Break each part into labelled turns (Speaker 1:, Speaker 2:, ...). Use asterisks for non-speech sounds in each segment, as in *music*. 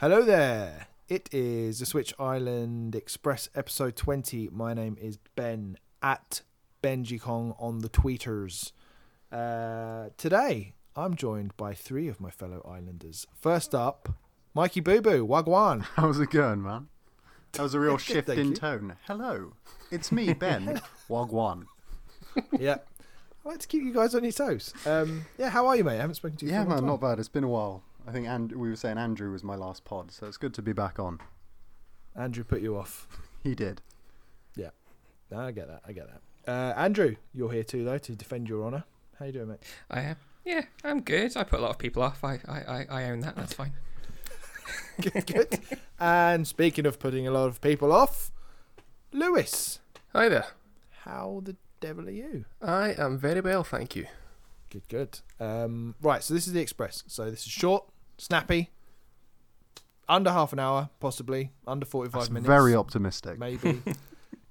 Speaker 1: Hello there. It is the Switch Island Express episode 20. My name is Ben at Benji Kong on the tweeters. Uh, today, I'm joined by three of my fellow islanders. First up, Mikey Boo Boo,
Speaker 2: *laughs*
Speaker 1: Wagwan.
Speaker 2: How's it going, man? That was a real shift
Speaker 1: thank
Speaker 2: in
Speaker 1: you.
Speaker 2: tone. Hello, it's
Speaker 1: *laughs*
Speaker 2: me, Ben Wagwan.
Speaker 1: yeah. I like to keep you guys on your toes. Um, yeah, how are you, mate? I haven't spoken to you
Speaker 2: Yeah,
Speaker 1: for a long
Speaker 2: man,
Speaker 1: time.
Speaker 2: not bad. It's been a while. I think and we were saying Andrew was my last pod, so it's good to be back on.
Speaker 1: Andrew put you off.
Speaker 2: He did.
Speaker 1: Yeah. No, I get that. I get that. Uh, Andrew, you're here too, though, to defend your honour. How you doing, mate?
Speaker 3: I am. Yeah, I'm good. I put a lot of people off. I, I, I, I own that. That's fine.
Speaker 1: good, good. And speaking of putting a lot of people off, Lewis,
Speaker 4: Hi there.
Speaker 1: how the devil are you?
Speaker 4: I am very well, thank you.
Speaker 1: Good, good. Um, right, so this is the Express. So this is short, snappy, under half an hour, possibly under forty-five
Speaker 2: That's
Speaker 1: minutes.
Speaker 2: very optimistic.
Speaker 1: maybe,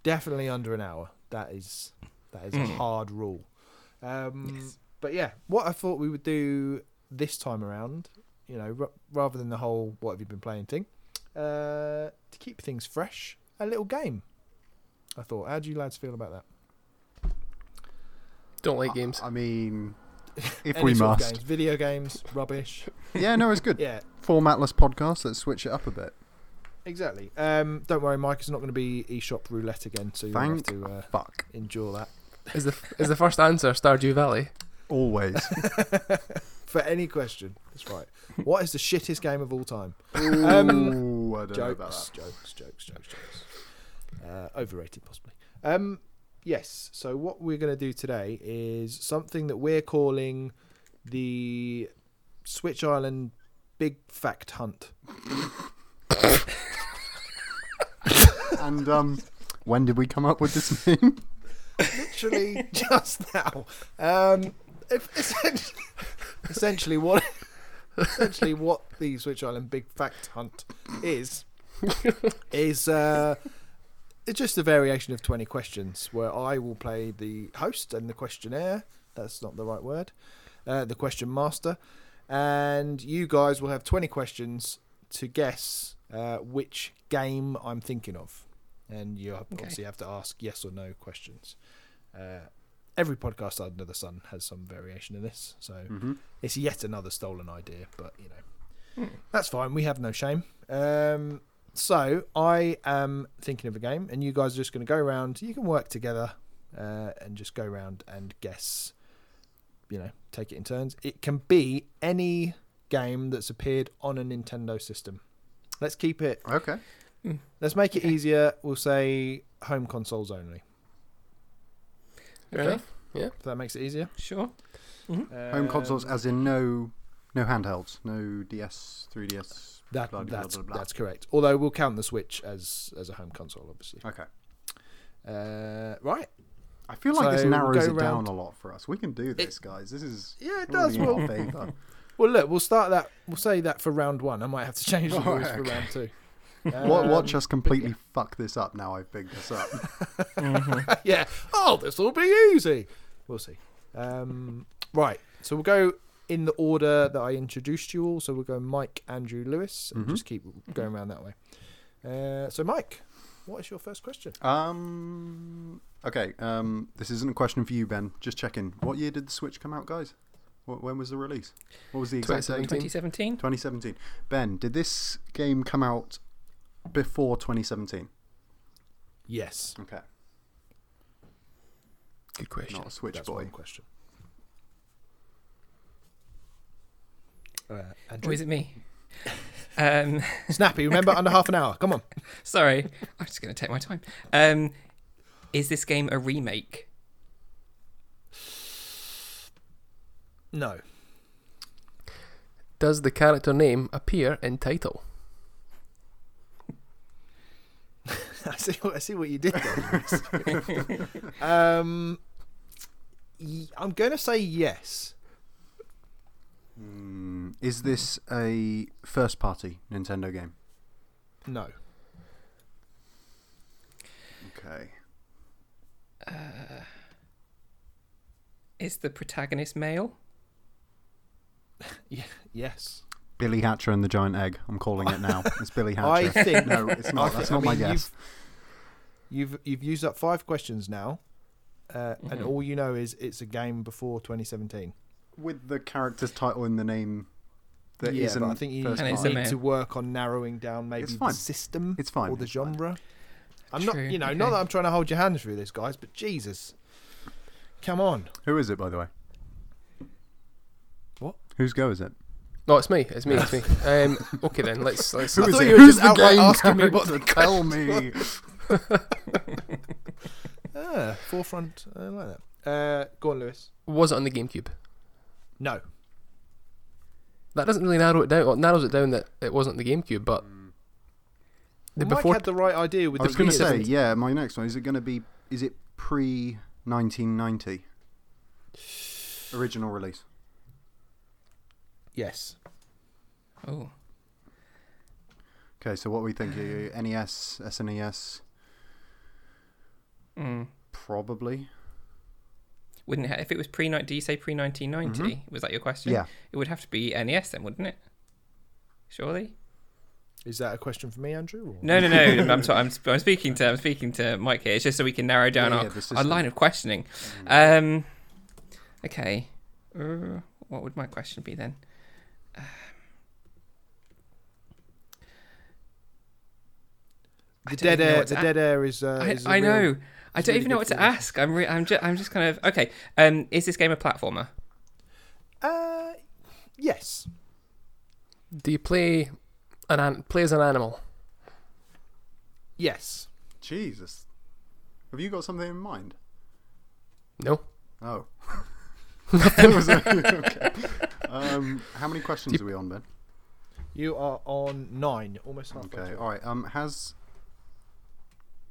Speaker 1: definitely under an hour. That is that is a hard rule. Um, But yeah, what I thought we would do this time around, you know, r- rather than the whole "what have you been playing" thing, uh, to keep things fresh, a little game. I thought, how do you lads feel about that?
Speaker 4: Don't
Speaker 3: Ah.
Speaker 4: like games.
Speaker 1: *laughs*
Speaker 2: I mean, if
Speaker 1: Any
Speaker 2: we
Speaker 1: sort of
Speaker 2: must.
Speaker 1: games, video games,
Speaker 2: *laughs*
Speaker 1: rubbish.
Speaker 2: Yeah, no, it's
Speaker 1: *laughs*
Speaker 2: good.
Speaker 1: Yeah,
Speaker 2: Formatless podcast. Let's switch it up a bit.
Speaker 1: exactly. Um, don't worry, Mike. It's not going to be eShop roulette again, so you will have
Speaker 2: Thank
Speaker 1: to uh,
Speaker 2: fuck.
Speaker 1: endure that.
Speaker 4: Is the is the first answer
Speaker 3: *laughs*
Speaker 4: Stardew Valley?
Speaker 2: Always.
Speaker 1: *laughs* for any question. That's right. What is the shittest game of all time?
Speaker 2: Ooh, I don't know about
Speaker 1: Um, Jokes,
Speaker 2: that.
Speaker 1: jokes, jokes, jokes, jokes. Uh, overrated, possibly. Um, yes. So what we're going to do today is something that we're calling the Switch Island Big Fact Hunt.
Speaker 2: And um, when did we come up with this name?
Speaker 1: *laughs* Literally just now. Um, if, essentially, *laughs* essentially what essentially what the Switch Island Big Fact Hunt is is uh, it's just a variation of twenty questions where I will play the host and the questionnaire. That's not the right word. Uh, the question master, and you guys will have twenty questions to guess uh, which game I'm thinking of, and you ob- obviously have to ask yes or no questions. Uh, every podcast under the sun has some variation in this, so
Speaker 2: Hmm. Mm-hmm.
Speaker 1: it's yet another stolen idea, but you know, that's fine. We have no shame. Um, so I am thinking of a game, and you guys are just going to go around. You can work together uh, and just go around and guess. You know, take it in turns. It can be any game that's appeared on a Nintendo system. Let's keep it.
Speaker 2: Okay.
Speaker 1: Let's make it easier. We'll say home consoles only.
Speaker 4: Fair
Speaker 3: Okay.
Speaker 4: enough.
Speaker 1: If that makes it easier.
Speaker 3: Sure.
Speaker 2: Home consoles,
Speaker 1: Um,
Speaker 2: as in no, no handhelds, no DS, 3DS.
Speaker 1: That,
Speaker 2: blah, blah,
Speaker 1: that's
Speaker 2: blah, blah, blah.
Speaker 1: that's correct. Although we'll count the Switch as as a home console, obviously.
Speaker 2: Okay.
Speaker 1: Uh, right.
Speaker 2: I feel like this
Speaker 1: So we'll
Speaker 2: narrows
Speaker 1: go
Speaker 2: it down
Speaker 1: round-
Speaker 2: a lot for us. We can do this, guys. This is
Speaker 1: Yeah, it
Speaker 2: already
Speaker 1: does.
Speaker 2: in
Speaker 1: Well, *laughs*
Speaker 2: our favour.
Speaker 1: well, look, we'll start that. We'll say that for round one. I might have to *laughs* change the
Speaker 2: All
Speaker 1: rules
Speaker 2: right,
Speaker 1: for round two.
Speaker 2: *laughs* *laughs* Wa- Watch
Speaker 1: Um,
Speaker 2: us completely fuck this up. Now I've bigged this up.
Speaker 1: *laughs* yeah. Oh, this will be easy. We'll see. Um, right. So we'll go in the order that I introduced you all. So we'll go Mike, Andrew, Lewis,
Speaker 2: Mm-hmm.
Speaker 1: and just keep going around that way. Uh, so Mike, what is your first question?
Speaker 2: *laughs* um. Okay. Um. This isn't a question for you, Ben. Just checking. What year did the Switch come out, guys? Wh- When was the release? What was the exact date?
Speaker 4: 2017.
Speaker 3: 2017.
Speaker 2: 2017. Ben, did this game come out before 2017?
Speaker 1: Yes.
Speaker 2: Okay.
Speaker 4: Good question.
Speaker 2: Not a Switch
Speaker 1: That's
Speaker 2: boy.
Speaker 1: one question. Uh,
Speaker 3: Or
Speaker 1: Andrew.
Speaker 3: is it me? *laughs* Um,
Speaker 1: Snappy, remember under half an hour. Come
Speaker 3: *laughs*
Speaker 1: on.
Speaker 3: sorry. I'm just going to take my time. Um, is this game a remake?
Speaker 1: No.
Speaker 4: Does the character name appear in title?
Speaker 1: *laughs* I see. What, I see what you did there.
Speaker 2: *laughs*
Speaker 1: *laughs* um, y- I'm going to say yes.
Speaker 2: Mm, is this a first-party Nintendo game?
Speaker 1: No.
Speaker 2: Okay.
Speaker 3: Is the protagonist male?
Speaker 1: Yes.
Speaker 2: Billy Hatcher and the Giant Egg. I'm calling it
Speaker 1: *laughs*
Speaker 2: now. It's Billy Hatcher.
Speaker 1: I think-
Speaker 2: *laughs* no, it's
Speaker 1: I
Speaker 2: not.
Speaker 1: thi-
Speaker 2: That's
Speaker 1: I
Speaker 2: not my
Speaker 1: mean,
Speaker 2: guess.
Speaker 1: You've you've used up five questions now, uh, and
Speaker 2: Mm-hmm.
Speaker 3: Mhm.
Speaker 1: all you know is it's a game before 2017.
Speaker 2: With the character's title and the name, that
Speaker 1: yeah,
Speaker 2: not
Speaker 1: but I think you
Speaker 2: first
Speaker 3: And it's
Speaker 2: part.
Speaker 3: a
Speaker 1: need
Speaker 3: man.
Speaker 1: to work on narrowing down maybe
Speaker 2: It's
Speaker 1: the
Speaker 2: fine.
Speaker 1: system
Speaker 2: It's fine,
Speaker 1: or the
Speaker 2: it's fine.
Speaker 1: genre. I'm not,
Speaker 3: True,
Speaker 1: you know,
Speaker 3: okay.
Speaker 1: not that I'm trying to hold your hand through this, guys, but Jesus, come on.
Speaker 2: Who is it, by the way?
Speaker 1: What?
Speaker 2: Whose go is it?
Speaker 4: No, it's me. It's me. It's
Speaker 2: *laughs*
Speaker 4: me. Um, okay then. Let's let's.
Speaker 1: I
Speaker 2: Who is
Speaker 1: thought
Speaker 2: it?
Speaker 1: you were
Speaker 2: Who's
Speaker 1: just
Speaker 2: the
Speaker 1: outright
Speaker 2: game
Speaker 1: asking me what
Speaker 2: character? *laughs* Tell me.
Speaker 1: Ah, forefront, I like that. Uh, go on, Lewis.
Speaker 4: Was it on the GameCube?
Speaker 1: No,
Speaker 4: That doesn't really narrow it down. Well, it narrows it down that it wasn't the GameCube, but
Speaker 2: Hmm.
Speaker 4: the
Speaker 1: Mike
Speaker 4: before
Speaker 1: had the right idea with
Speaker 2: I was
Speaker 1: the
Speaker 2: going to
Speaker 1: years.
Speaker 2: say, yeah, my next one. Is it going to be, is it pre
Speaker 1: *sighs*
Speaker 2: 1990? Original release.
Speaker 1: yes.
Speaker 3: Oh,
Speaker 2: Okay, so what we think? uh, NES, SNES,
Speaker 3: mm.
Speaker 2: probably.
Speaker 3: wouldn't it, ha- if it was pre night? Do you say pre nineteen ninety?
Speaker 4: Mm-hmm.
Speaker 3: Was that your question?
Speaker 2: Yeah.
Speaker 3: It would have to be NES then, wouldn't it? Surely.
Speaker 1: Is that a question for me, Andrew? Or?
Speaker 3: No, no, no. I'm, so, I'm, I'm speaking to I'm speaking to Mike here. It's just so we can narrow down
Speaker 2: Yeah,
Speaker 3: our,
Speaker 2: yeah, the
Speaker 3: our
Speaker 2: system.
Speaker 3: line of questioning.
Speaker 1: Mm-hmm.
Speaker 3: Um, okay. Uh, what would my question be then? Um,
Speaker 1: The
Speaker 3: I don't even
Speaker 1: dead
Speaker 3: know
Speaker 1: air.
Speaker 3: what to
Speaker 1: The
Speaker 3: a-
Speaker 1: dead air is. Uh,
Speaker 3: I,
Speaker 1: is a
Speaker 3: I
Speaker 1: real-
Speaker 3: know. I
Speaker 1: it's
Speaker 3: don't
Speaker 1: really
Speaker 3: even know
Speaker 1: good
Speaker 3: what to
Speaker 1: for you.
Speaker 3: ask. I'm re- I'm just I'm just kind of okay. Um, is this game a platformer?
Speaker 1: Uh, yes.
Speaker 4: do you play an, an play as an animal?
Speaker 1: Yes.
Speaker 2: Jesus. Have you got something in mind?
Speaker 4: No. *laughs*
Speaker 2: Oh. *laughs* That was- okay. um, how many questions are we on, Ben?
Speaker 1: You are on nine, almost halfway.
Speaker 2: Okay,
Speaker 1: through.
Speaker 2: all right. Um, has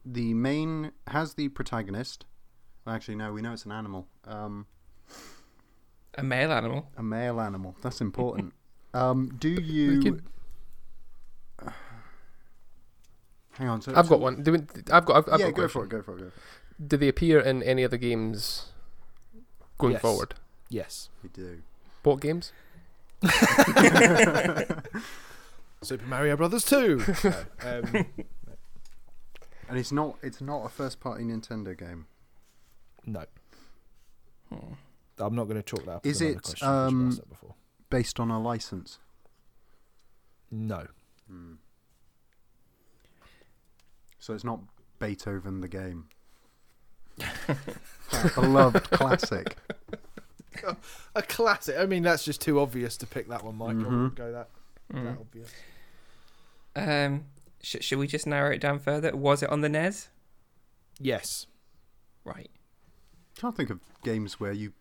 Speaker 2: the main has the protagonist? Actually, no. We know it's an animal. Um,
Speaker 3: A male animal?
Speaker 2: a male animal. That's
Speaker 4: *laughs*
Speaker 2: important. um, do
Speaker 4: We
Speaker 2: you?
Speaker 4: could-
Speaker 2: *sighs* Hang on. So,
Speaker 4: I've
Speaker 2: Uh, so-
Speaker 4: got one. Do we, I've got. I've, I've
Speaker 2: yeah,
Speaker 4: got
Speaker 2: go
Speaker 4: a question.
Speaker 2: for it. Go for it. Go for it.
Speaker 4: Do they appear in any other games going
Speaker 1: Yes.
Speaker 4: forward?
Speaker 1: Yes.
Speaker 2: We do.
Speaker 4: What games?
Speaker 1: Super Mario Brothers
Speaker 3: *laughs*
Speaker 1: Two. No, um,
Speaker 2: And it's not. It's not a first-party Nintendo game.
Speaker 1: no.
Speaker 3: Hmm.
Speaker 1: I'm not going to chalk that up. as
Speaker 2: Is
Speaker 1: another
Speaker 2: it,
Speaker 1: Question, I should've
Speaker 2: um,
Speaker 1: asked that before.
Speaker 2: Based on a license.
Speaker 1: No.
Speaker 2: So it's not Beethoven the *laughs* game. That beloved classic.
Speaker 1: A classic. I mean, that's just too obvious to pick that one, Mike. I wouldn't go that, that
Speaker 3: Mm.
Speaker 1: obvious.
Speaker 3: Um, sh- should we just narrow it down further? Was it on the NES?
Speaker 1: Yes.
Speaker 3: Right.
Speaker 2: Can't think of games where you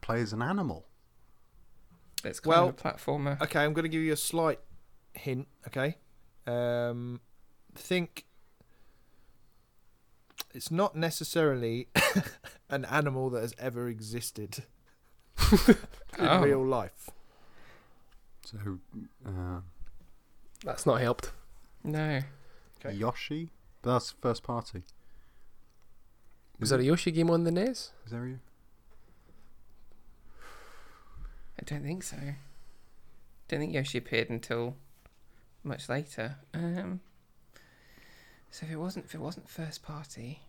Speaker 2: play as an animal.
Speaker 3: That's kind
Speaker 1: Well,
Speaker 3: of a platformer.
Speaker 1: Okay, I'm going to give you a slight hint. Okay, um, think it's not necessarily *laughs* an animal that has ever existed *laughs* in
Speaker 3: Oh.
Speaker 1: real life.
Speaker 2: So, uh,
Speaker 4: That's not helped.
Speaker 3: No.
Speaker 1: Okay.
Speaker 2: Yoshi? But That's first party.
Speaker 4: Was there a Yoshi game on the E NES?
Speaker 2: Is there you?
Speaker 3: I don't think so. Don't think Yoshi appeared until much later. Um, so if it wasn't if it wasn't first party,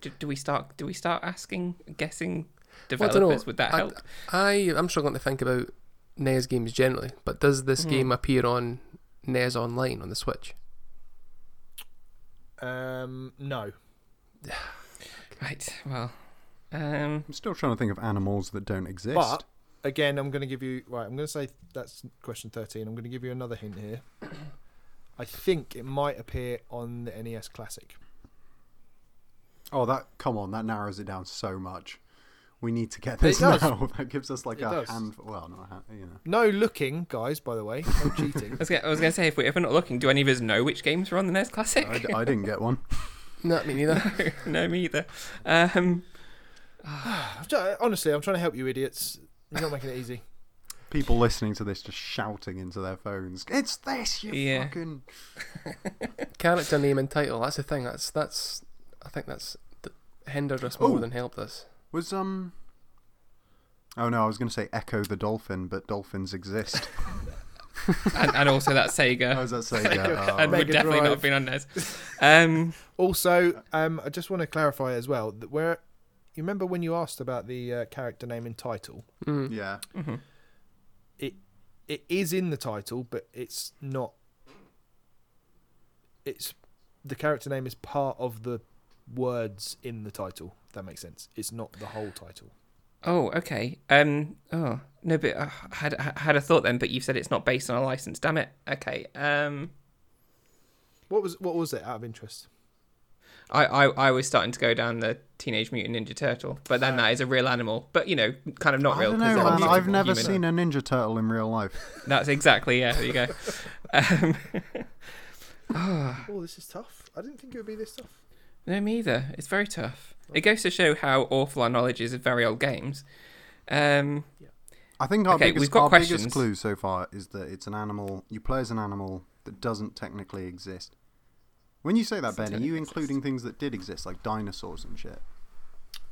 Speaker 3: do, do we start do we start asking guessing
Speaker 4: Well, I don't know.
Speaker 3: developers? Would that
Speaker 4: I-
Speaker 3: help?
Speaker 4: I I'm struggling to think about NES games generally, but does this
Speaker 3: Mm-hmm.
Speaker 4: game appear on NES Online on the Switch?
Speaker 1: Um, no.
Speaker 3: Right. Well. Um,
Speaker 2: I'm still trying to think of animals that don't exist.
Speaker 1: But again, I'm going to give you right. I'm going to say that's question 13. I'm going to give you another hint here. I think it might appear on the NES Classic.
Speaker 2: oh, that come on, that narrows it down so much. We need to get this *laughs*
Speaker 1: does.
Speaker 2: now. That gives us like
Speaker 1: It
Speaker 2: a
Speaker 1: does.
Speaker 2: handful. Well, not a hand, you know.
Speaker 1: No looking, guys. By the way, no cheating.
Speaker 3: *laughs* I was gonna, I was gonna say if we if we're not looking, do any of us know which games were on the NES Classic?
Speaker 2: I, d- I didn't get one. *laughs*
Speaker 4: No, me neither.
Speaker 3: *laughs* no, me either. Um,
Speaker 1: I'm try- Honestly, I'm trying to help you, idiots. You're not making it easy.
Speaker 2: People listening to this just shouting into their phones. It's this, you
Speaker 3: Yeah.
Speaker 2: fucking.
Speaker 4: Character name and title. That's the thing. That's that's. I think that's th- hindered us more
Speaker 2: Oh.
Speaker 4: than helped us.
Speaker 1: *laughs*
Speaker 2: Was um. Oh no, I was going to say Echo the Dolphin, but dolphins exist.
Speaker 3: and, and also
Speaker 2: How
Speaker 3: that
Speaker 4: *laughs*
Speaker 3: Sega.
Speaker 2: does that Um, say?
Speaker 4: Oh,
Speaker 2: Yeah,
Speaker 3: And would
Speaker 1: Mega
Speaker 3: definitely not
Speaker 1: Drive.
Speaker 3: have been on NES. Um,
Speaker 1: Also, um, I just want to clarify as well that where you remember when you asked about the uh, character name and title,
Speaker 4: Mm.
Speaker 2: yeah.
Speaker 1: it it is in the title, but it's not. It's the character name is part of the words in the title. If that makes sense. It's not the whole title.
Speaker 3: oh, okay. Um, oh no, but uh, I had I had a thought then, but you said it's not based on a license. Damn it. Okay. Um,
Speaker 1: What was what was it out of interest?
Speaker 3: I, I I was starting to go down the Teenage Mutant Ninja Turtle, but then that is a real animal. But you know, kind of not
Speaker 2: I
Speaker 3: real.
Speaker 2: don't
Speaker 3: 'cause
Speaker 2: know,
Speaker 3: they're
Speaker 2: man.
Speaker 3: obviously
Speaker 2: I've never
Speaker 3: human.
Speaker 2: seen a Ninja Turtle in real life.
Speaker 3: That's exactly yeah. There you go. *laughs* um,
Speaker 1: Oh, this is tough. I didn't think it would be this tough.
Speaker 3: No, me either. It's very tough. It goes to show how awful our knowledge is of very old games. Um,
Speaker 2: I think our,
Speaker 3: Okay,
Speaker 2: biggest,
Speaker 3: we've got
Speaker 2: our biggest
Speaker 3: questions.
Speaker 2: clue so far is that it's an animal. You play as an animal that doesn't technically exist. When you say that, Ben, are
Speaker 3: Doesn't
Speaker 2: you
Speaker 3: exist.
Speaker 2: including things that did exist, like dinosaurs and shit?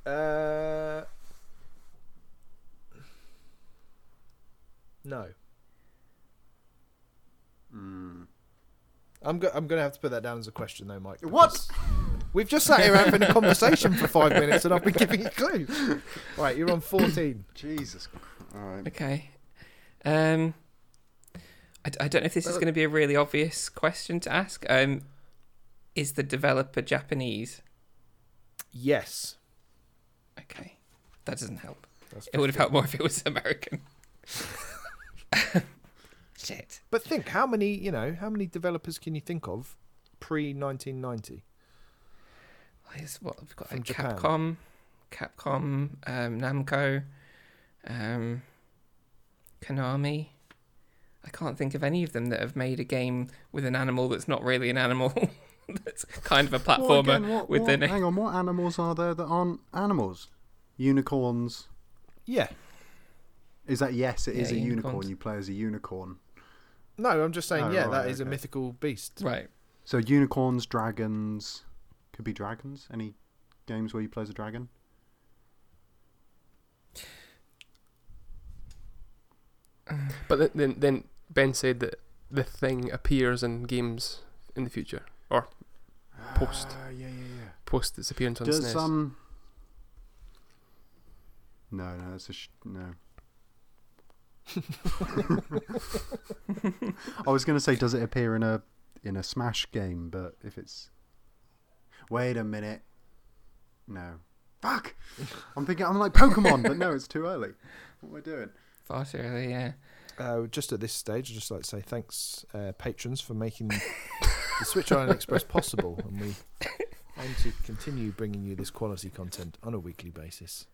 Speaker 1: Uh, no.
Speaker 2: Hmm.
Speaker 1: I'm go- I'm gonna have to put that down as a question though, Mike.
Speaker 2: What?
Speaker 1: because We've just sat here having a conversation for five minutes, and I've been giving you clues. Right, you're on fourteen.
Speaker 2: Jesus. Christ. All right.
Speaker 3: okay. Um, I, I don't know if this is going to be a really obvious question to ask. Um, is the developer Japanese?
Speaker 1: Yes.
Speaker 3: Okay, that doesn't help.
Speaker 1: That's
Speaker 3: It would have helped more if it was American. *laughs* Shit.
Speaker 1: But think how many you know how many developers can you think of pre 1990?
Speaker 3: Here's what we've got:
Speaker 1: From
Speaker 3: like,
Speaker 1: Japan.
Speaker 3: Capcom, Capcom, um, Namco, um, Konami. I can't think of any of them that have made a game with an animal that's not really an animal. *laughs* that's kind of a platformer
Speaker 2: Well, again, what-
Speaker 3: with
Speaker 2: what-
Speaker 3: the name.
Speaker 2: Hang on, what animals are there that aren't animals? Unicorns.
Speaker 1: Yeah.
Speaker 2: Is that yes? It is
Speaker 3: Yeah,
Speaker 2: a unicorn.
Speaker 3: unicorns.
Speaker 2: You play as a unicorn.
Speaker 1: No, I'm just saying.
Speaker 2: Oh,
Speaker 1: yeah,
Speaker 2: right,
Speaker 1: that is a
Speaker 2: okay.
Speaker 1: mythical beast.
Speaker 3: *laughs* Right.
Speaker 2: So unicorns, dragons, could be dragons. Any games where you play as a dragon?
Speaker 4: But th- then, then Ben said that the thing appears in games in the future or Post.
Speaker 2: Uh, yeah, yeah, yeah.
Speaker 4: post its appearance on E
Speaker 2: Does
Speaker 4: SNES.
Speaker 2: um. No, no, that's a sh- no. I was gonna say, does it appear in a in a Smash game? But if it's, wait a minute, no, fuck. I'm thinking I'm like Pokemon, but no, it's too early. What am I doing?
Speaker 3: Far too early, yeah.
Speaker 1: Uh, just at this stage, I'd just like to say thanks, uh, patrons, for making the Switch Island Express possible, and we aim to continue bringing you this quality content on a weekly basis.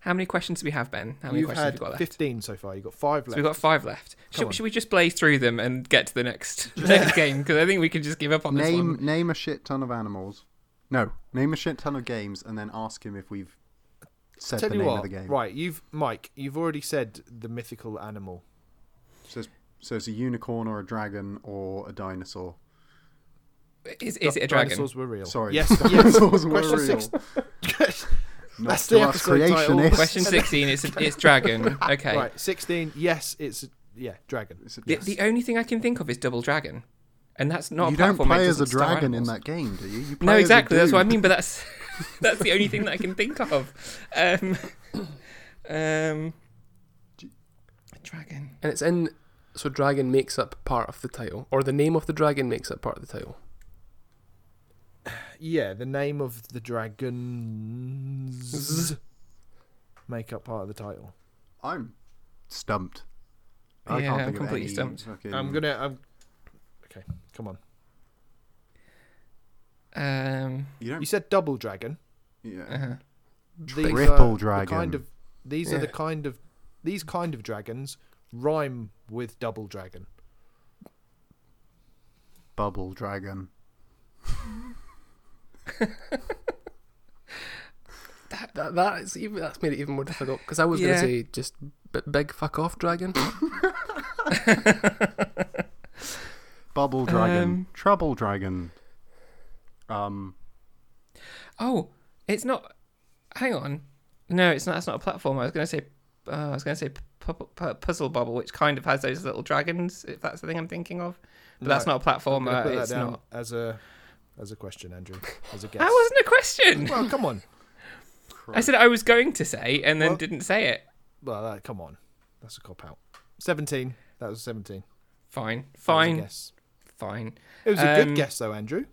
Speaker 3: How many questions do we have, Ben? How many
Speaker 1: You've
Speaker 3: questions
Speaker 1: had
Speaker 3: have we got left?
Speaker 1: fifteen so far. You've got five
Speaker 3: So
Speaker 1: left.
Speaker 3: we've got five left.
Speaker 1: Come on.
Speaker 3: Should, should we just blaze through them and get to the
Speaker 1: *laughs*
Speaker 3: next, next game? Because I think we can just give up on this
Speaker 2: Name
Speaker 3: one.
Speaker 2: name a shit ton of animals. No, name a shit ton of games, and then ask him if we've said
Speaker 1: Tell
Speaker 2: the
Speaker 1: you
Speaker 2: name
Speaker 1: what,
Speaker 2: of the game.
Speaker 1: right? You've Mike. You've already said the mythical animal.
Speaker 2: So it's, so it's a unicorn or a dragon or a dinosaur.
Speaker 3: Is, is it a dragon?
Speaker 1: Dinosaurs were real. *laughs*
Speaker 2: Sorry. *laughs*
Speaker 1: Yes. yes.
Speaker 2: Dinosaurs were
Speaker 1: Question
Speaker 2: real.
Speaker 1: six. *laughs*
Speaker 2: Not
Speaker 1: That's
Speaker 2: to
Speaker 1: the
Speaker 2: us
Speaker 1: episode title.
Speaker 2: creationists.
Speaker 3: Question 16, it's, it's dragon. Okay.
Speaker 1: *laughs* Right. Sixteen. Yes, it's yeah, dragon.
Speaker 2: It's a-
Speaker 3: The, the only thing I can think of is Double Dragon, and that's not.
Speaker 2: you
Speaker 3: a
Speaker 2: don't
Speaker 3: platform that
Speaker 2: play as a
Speaker 3: doesn't star
Speaker 2: dragon in
Speaker 3: animals.
Speaker 2: that game, do you? you play
Speaker 3: No,
Speaker 2: as a
Speaker 3: exactly. That's what I
Speaker 2: dude.
Speaker 3: mean.
Speaker 2: *laughs*
Speaker 3: But that's *laughs* that's the only thing that I can think of. Um, *laughs* um, dragon.
Speaker 4: and it's in so dragon makes up part of the title or the name of the dragon makes up part of the title.
Speaker 1: Yeah, the name of the dragons make up part of the title.
Speaker 2: I'm stumped. I
Speaker 3: Yeah,
Speaker 2: can't
Speaker 3: I'm
Speaker 2: think
Speaker 3: completely
Speaker 2: of any
Speaker 3: stumped.
Speaker 2: fucking-
Speaker 1: I'm gonna. I'm, okay, come on.
Speaker 3: Um,
Speaker 2: You don't.
Speaker 1: You said double dragon.
Speaker 2: yeah.
Speaker 3: uh,
Speaker 1: These are
Speaker 2: Triple
Speaker 1: the
Speaker 2: dragon.
Speaker 1: kind of these are the
Speaker 4: Yeah.
Speaker 1: kind of these kind of dragons rhyme with double dragon.
Speaker 2: Bubble dragon.
Speaker 4: That that is even that's made it even more difficult because I was
Speaker 3: Yeah.
Speaker 4: gonna say just b- big fuck off dragon.
Speaker 2: Bubble dragon.
Speaker 3: Um,
Speaker 2: Trouble dragon. Um.
Speaker 3: oh, it's not. Hang on. No, it's not. That's not a platform. I was going to say. Uh, I was going to say pu- pu- puzzle bubble, which kind of has those little dragons. If that's the thing I'm thinking of, but that's
Speaker 1: No,
Speaker 3: not a
Speaker 1: I'm gonna
Speaker 3: platformer.
Speaker 1: put that
Speaker 3: It's
Speaker 1: down
Speaker 3: not.
Speaker 1: as a as a question, Andrew.
Speaker 3: *laughs*
Speaker 1: As a guess.
Speaker 3: That wasn't a question.
Speaker 1: Well, come on.
Speaker 3: I said I was going to say and then
Speaker 1: Well-
Speaker 3: didn't say it.
Speaker 1: Well, uh, come on. That's a cop out. Seventeen. That was seventeen.
Speaker 3: Fine,
Speaker 1: That was a
Speaker 3: fine,
Speaker 1: guess.
Speaker 3: fine.
Speaker 1: It was a
Speaker 3: Um,
Speaker 1: good guess though, Andrew.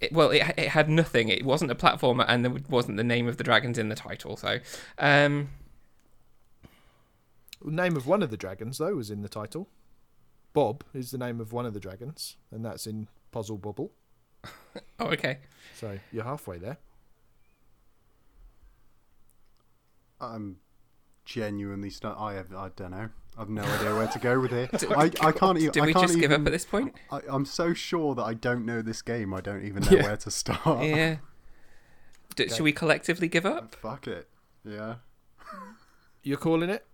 Speaker 3: It, well, it, it had nothing. It wasn't a platformer, and there wasn't the name of the dragons in the title. So, um,
Speaker 1: name of one of the dragons though was in the title. Bob is the name of one of the dragons, and that's in Puzzle Bobble.
Speaker 3: oh, okay.
Speaker 1: So you're halfway there.
Speaker 2: I'm genuinely stunned. I have. I don't know. I've no idea where to go with
Speaker 3: *laughs*
Speaker 2: here. I, I can't even.
Speaker 3: Did
Speaker 2: I
Speaker 3: we
Speaker 2: can't
Speaker 3: just give up
Speaker 2: even-
Speaker 3: at
Speaker 1: *laughs*
Speaker 3: this point?
Speaker 2: I, I'm so sure that I don't know this game. I don't even know
Speaker 4: Yeah.
Speaker 2: where to start.
Speaker 3: yeah. D- Should we collectively give up?
Speaker 2: *laughs* Fuck it. Yeah.
Speaker 1: You're calling it.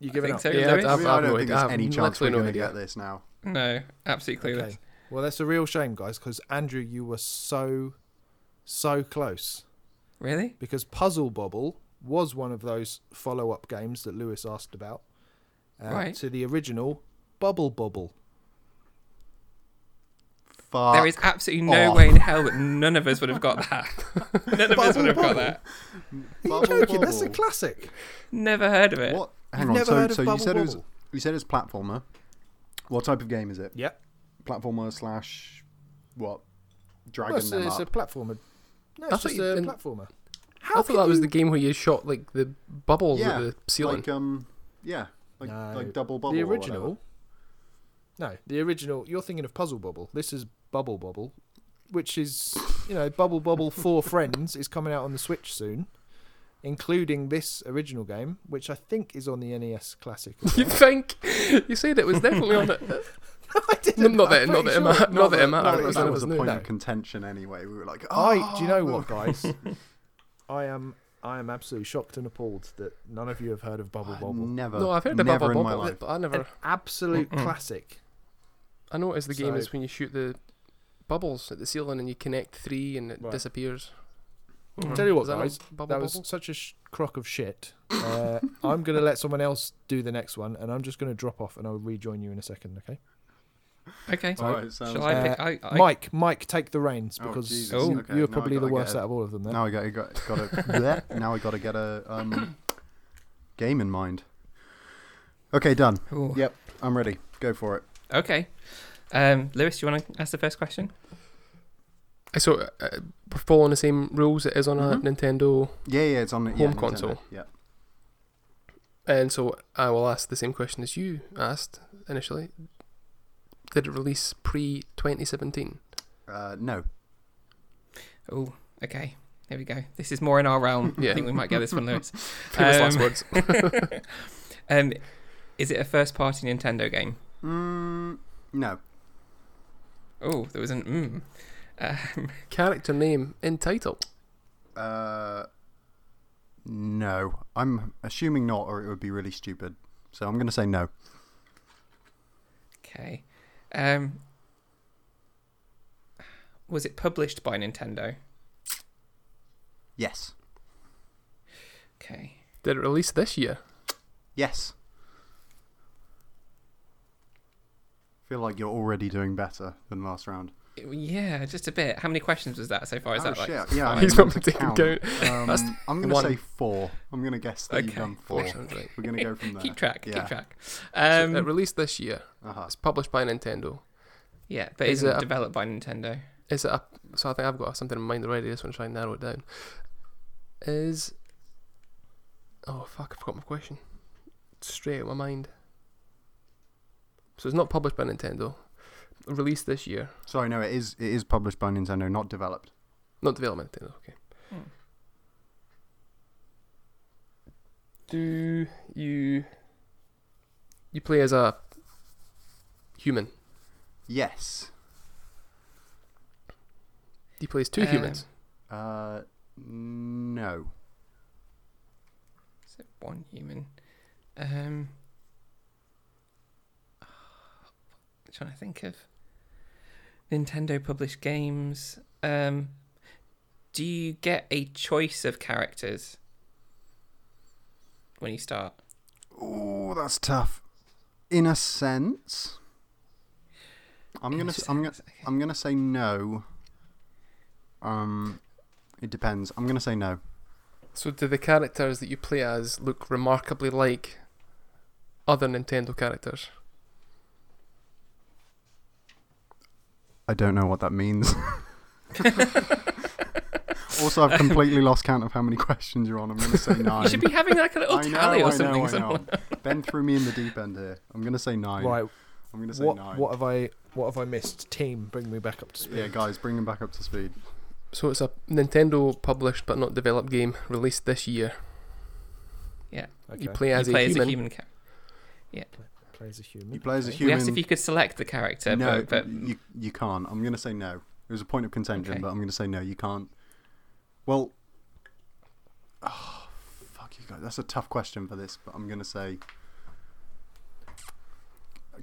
Speaker 1: You
Speaker 3: I
Speaker 1: giving
Speaker 3: think
Speaker 1: up?
Speaker 3: so,
Speaker 4: Yeah,
Speaker 3: Lewis?
Speaker 4: I've-
Speaker 2: I, mean, I
Speaker 4: no
Speaker 2: don't think
Speaker 4: idea.
Speaker 2: there's
Speaker 4: I've
Speaker 2: any chance we're
Speaker 4: literally no
Speaker 2: going to
Speaker 4: idea.
Speaker 2: get this now.
Speaker 3: No, absolutely clueless.
Speaker 1: Okay. Well, that's a real shame, guys, because Andrew, you were so, so close.
Speaker 3: Really?
Speaker 1: Because Puzzle Bobble was one of those follow-up games that Lewis asked about uh,
Speaker 3: Right.
Speaker 1: to the original Bubble Bobble. Ah.
Speaker 2: Fuck.
Speaker 3: there is absolutely no
Speaker 2: off.
Speaker 3: way in hell that none of us would have got
Speaker 1: *laughs*
Speaker 3: that. none of us would have got that.
Speaker 1: Are you
Speaker 2: Bubble
Speaker 1: joking? That's a
Speaker 2: Bobble.
Speaker 1: classic.
Speaker 3: Never heard of it.
Speaker 2: What? Hang
Speaker 1: You've
Speaker 2: on.
Speaker 1: never
Speaker 2: so,
Speaker 1: heard of
Speaker 2: so you
Speaker 1: Bubble
Speaker 2: said it was.
Speaker 1: Bobble?
Speaker 2: You said it's platformer. What type of game is it?
Speaker 1: Yep.
Speaker 2: Platformer slash what? Dragon
Speaker 1: Well, it's,
Speaker 2: them
Speaker 1: it's a
Speaker 2: up.
Speaker 1: platformer. No,
Speaker 4: I
Speaker 1: it's
Speaker 4: thought
Speaker 1: just
Speaker 4: you
Speaker 1: a
Speaker 4: didn't-
Speaker 1: platformer.
Speaker 4: I thought that was the game where you shot like the bubbles
Speaker 2: yeah,
Speaker 4: at the ceiling.
Speaker 2: like um, yeah, like,
Speaker 1: No,
Speaker 2: like double bubble.
Speaker 1: the
Speaker 2: or
Speaker 1: original.
Speaker 2: whatever.
Speaker 1: No, the original. You're thinking of Puzzle Bobble. This is Bubble Bobble, which is you know Bubble Bobble
Speaker 2: *laughs*
Speaker 1: Four Friends is coming out on the Switch soon, including this original game, which I think is on the NES
Speaker 2: *laughs*
Speaker 1: Classic. as
Speaker 4: *laughs* you
Speaker 1: well.
Speaker 4: think? You said it was definitely on it.
Speaker 1: I
Speaker 4: No,
Speaker 1: didn't.
Speaker 4: not that,
Speaker 1: I'm
Speaker 4: not
Speaker 1: pretty
Speaker 4: that it
Speaker 1: sure.
Speaker 4: ma- not that it
Speaker 2: That,
Speaker 4: matters.
Speaker 2: was-
Speaker 4: none
Speaker 2: that
Speaker 4: of
Speaker 2: was
Speaker 4: us
Speaker 2: a
Speaker 4: knew.
Speaker 2: point
Speaker 1: No.
Speaker 2: of contention anyway. We were like, oh,
Speaker 1: I. Do you know what,
Speaker 2: *laughs*
Speaker 1: guys? I am. I am absolutely shocked and appalled that none of you have heard of Bubble
Speaker 2: I've
Speaker 1: Bobble.
Speaker 2: never,
Speaker 4: No, I've heard the
Speaker 2: never
Speaker 4: bubble
Speaker 2: in my
Speaker 4: bobble,
Speaker 2: life.
Speaker 4: but I never.
Speaker 1: An absolute classic.
Speaker 4: I know it is the
Speaker 1: So-
Speaker 4: game is when you shoot the bubbles at the ceiling and you connect three and it
Speaker 1: Right.
Speaker 4: disappears.
Speaker 3: Hmm.
Speaker 1: Tell you what,
Speaker 4: Is that not
Speaker 1: guys,
Speaker 4: bubble
Speaker 1: that was
Speaker 4: bubble?
Speaker 1: such a sh- crock of shit. Uh, I'm going to let someone else do the next one, and I'm just going to drop off, and I'll rejoin you in a second. Okay,
Speaker 3: Okay.
Speaker 2: All right, sounds
Speaker 3: Shall I
Speaker 1: good.
Speaker 3: pick? I, I,
Speaker 1: Mike, Mike, take the reins
Speaker 2: Oh,
Speaker 1: because
Speaker 2: Jesus.
Speaker 1: you,
Speaker 2: Okay,
Speaker 1: you're
Speaker 2: now I
Speaker 1: probably the
Speaker 2: gotta
Speaker 1: worst
Speaker 2: get a-
Speaker 1: out of all of them. There.
Speaker 2: Now I got, got, got a bleh, now I got to get a um, game in mind. Okay, done.
Speaker 3: Ooh.
Speaker 2: Yep, I'm ready. Go for it.
Speaker 3: Okay. Um, Lewis, do you want to ask the first question?
Speaker 4: Uh, So uh, uh, we're following the same rules it is on a
Speaker 2: Mhm.
Speaker 4: Nintendo,
Speaker 2: Yeah, yeah, it's on the yeah,
Speaker 4: Home
Speaker 2: Nintendo.
Speaker 4: console.
Speaker 2: Yeah.
Speaker 4: and so I will ask the same question as you asked initially. Did it release pre 2017?
Speaker 2: Uh, no.
Speaker 3: Oh, okay. Here we go. This is more in our realm. I
Speaker 4: Yeah.
Speaker 3: think we might get this one,
Speaker 4: *laughs*
Speaker 3: Lewis. *laughs*
Speaker 4: Famous
Speaker 3: Um,
Speaker 4: last
Speaker 3: *laughs*
Speaker 4: words.
Speaker 3: Um, is it a first-party Nintendo game?
Speaker 2: Mm, no.
Speaker 3: Oh, there was an mm. Um,
Speaker 4: Character name in title.
Speaker 2: Uh, no. I'm assuming not, or it would be really stupid. So I'm going to say no.
Speaker 3: okay. Um, was it published by Nintendo?
Speaker 2: Yes.
Speaker 3: Okay.
Speaker 4: Did it release this year?
Speaker 2: Yes. Feel like you're already doing better than last round.
Speaker 3: Yeah, just a bit. How many questions was that so far? Is
Speaker 2: oh
Speaker 3: that like?
Speaker 2: shit! yeah, I
Speaker 3: five?
Speaker 4: He's
Speaker 2: meant
Speaker 4: not
Speaker 2: to
Speaker 4: taking count.
Speaker 2: Um,
Speaker 4: That's
Speaker 2: I'm gonna
Speaker 4: one.
Speaker 2: say four. I'm gonna guess that you've
Speaker 3: Okay.
Speaker 2: done four.
Speaker 4: Sounds right.
Speaker 2: We're gonna go from there.
Speaker 3: *laughs* Keep track.
Speaker 2: Yeah.
Speaker 3: Keep track.
Speaker 4: So uh,
Speaker 3: Um,
Speaker 4: it released this year.
Speaker 2: Uh-huh.
Speaker 4: It's published by Nintendo.
Speaker 3: yeah, but
Speaker 4: is
Speaker 3: isn't
Speaker 4: it a-
Speaker 3: developed by Nintendo?
Speaker 4: Is it a, so I think I've got something in mind already. This one, try and narrow it down. Is oh fuck, I forgot my question. Straight out of my mind. So it's not published by Nintendo. Released this year,
Speaker 2: Sorry, no, it is it is published by Nintendo, not developed.
Speaker 4: not developed by Nintendo. Okay.
Speaker 3: Hmm.
Speaker 4: Do you you play as a human? Do
Speaker 2: Yes.
Speaker 4: you play as two
Speaker 3: Um,
Speaker 4: humans?
Speaker 2: Uh, no.
Speaker 3: So one human. Um, *sighs* trying to think of Nintendo published games. Um, do you get a choice of characters? when you start?
Speaker 2: Oh, that's tough. In a sense, I'm
Speaker 3: In a
Speaker 2: gonna s- I'm gonna
Speaker 3: sense, okay.
Speaker 2: I'm gonna say no. Um, it depends. I'm gonna say no.
Speaker 4: So, do the characters that you play as look remarkably like other Nintendo characters?
Speaker 2: I don't know what that
Speaker 3: *laughs*
Speaker 2: means. also,
Speaker 3: *laughs*
Speaker 2: I've completely lost count of how many questions you're on. I'm gonna say nine.
Speaker 3: You should be having like a
Speaker 2: *laughs*
Speaker 3: little
Speaker 2: I know,
Speaker 3: tally or
Speaker 2: I
Speaker 3: something.
Speaker 2: know, I
Speaker 3: somewhere. *laughs*
Speaker 2: know. Ben threw me in the deep end here. I'm gonna say nine.
Speaker 1: Right.
Speaker 2: I'm gonna say
Speaker 1: What,
Speaker 2: nine.
Speaker 1: what have I what have I missed? Team, bring me back up to speed.
Speaker 2: Yeah, guys, bring him back up to speed.
Speaker 4: So, it's a Nintendo published but not developed game released this year.
Speaker 1: Okay.
Speaker 4: You play as
Speaker 3: you
Speaker 4: a
Speaker 3: play
Speaker 4: human.
Speaker 3: as a human character.
Speaker 1: Play as a human.
Speaker 2: You play as a
Speaker 1: okay.
Speaker 2: human.
Speaker 3: We asked if you could select the character,
Speaker 2: no,
Speaker 3: but, but
Speaker 2: you you can't. I'm gonna say no. It was a point of contention,
Speaker 3: Okay.
Speaker 2: but I'm gonna say no. You can't. Well, *sighs* oh, fuck you guys. That's a tough question for this, but I'm gonna say.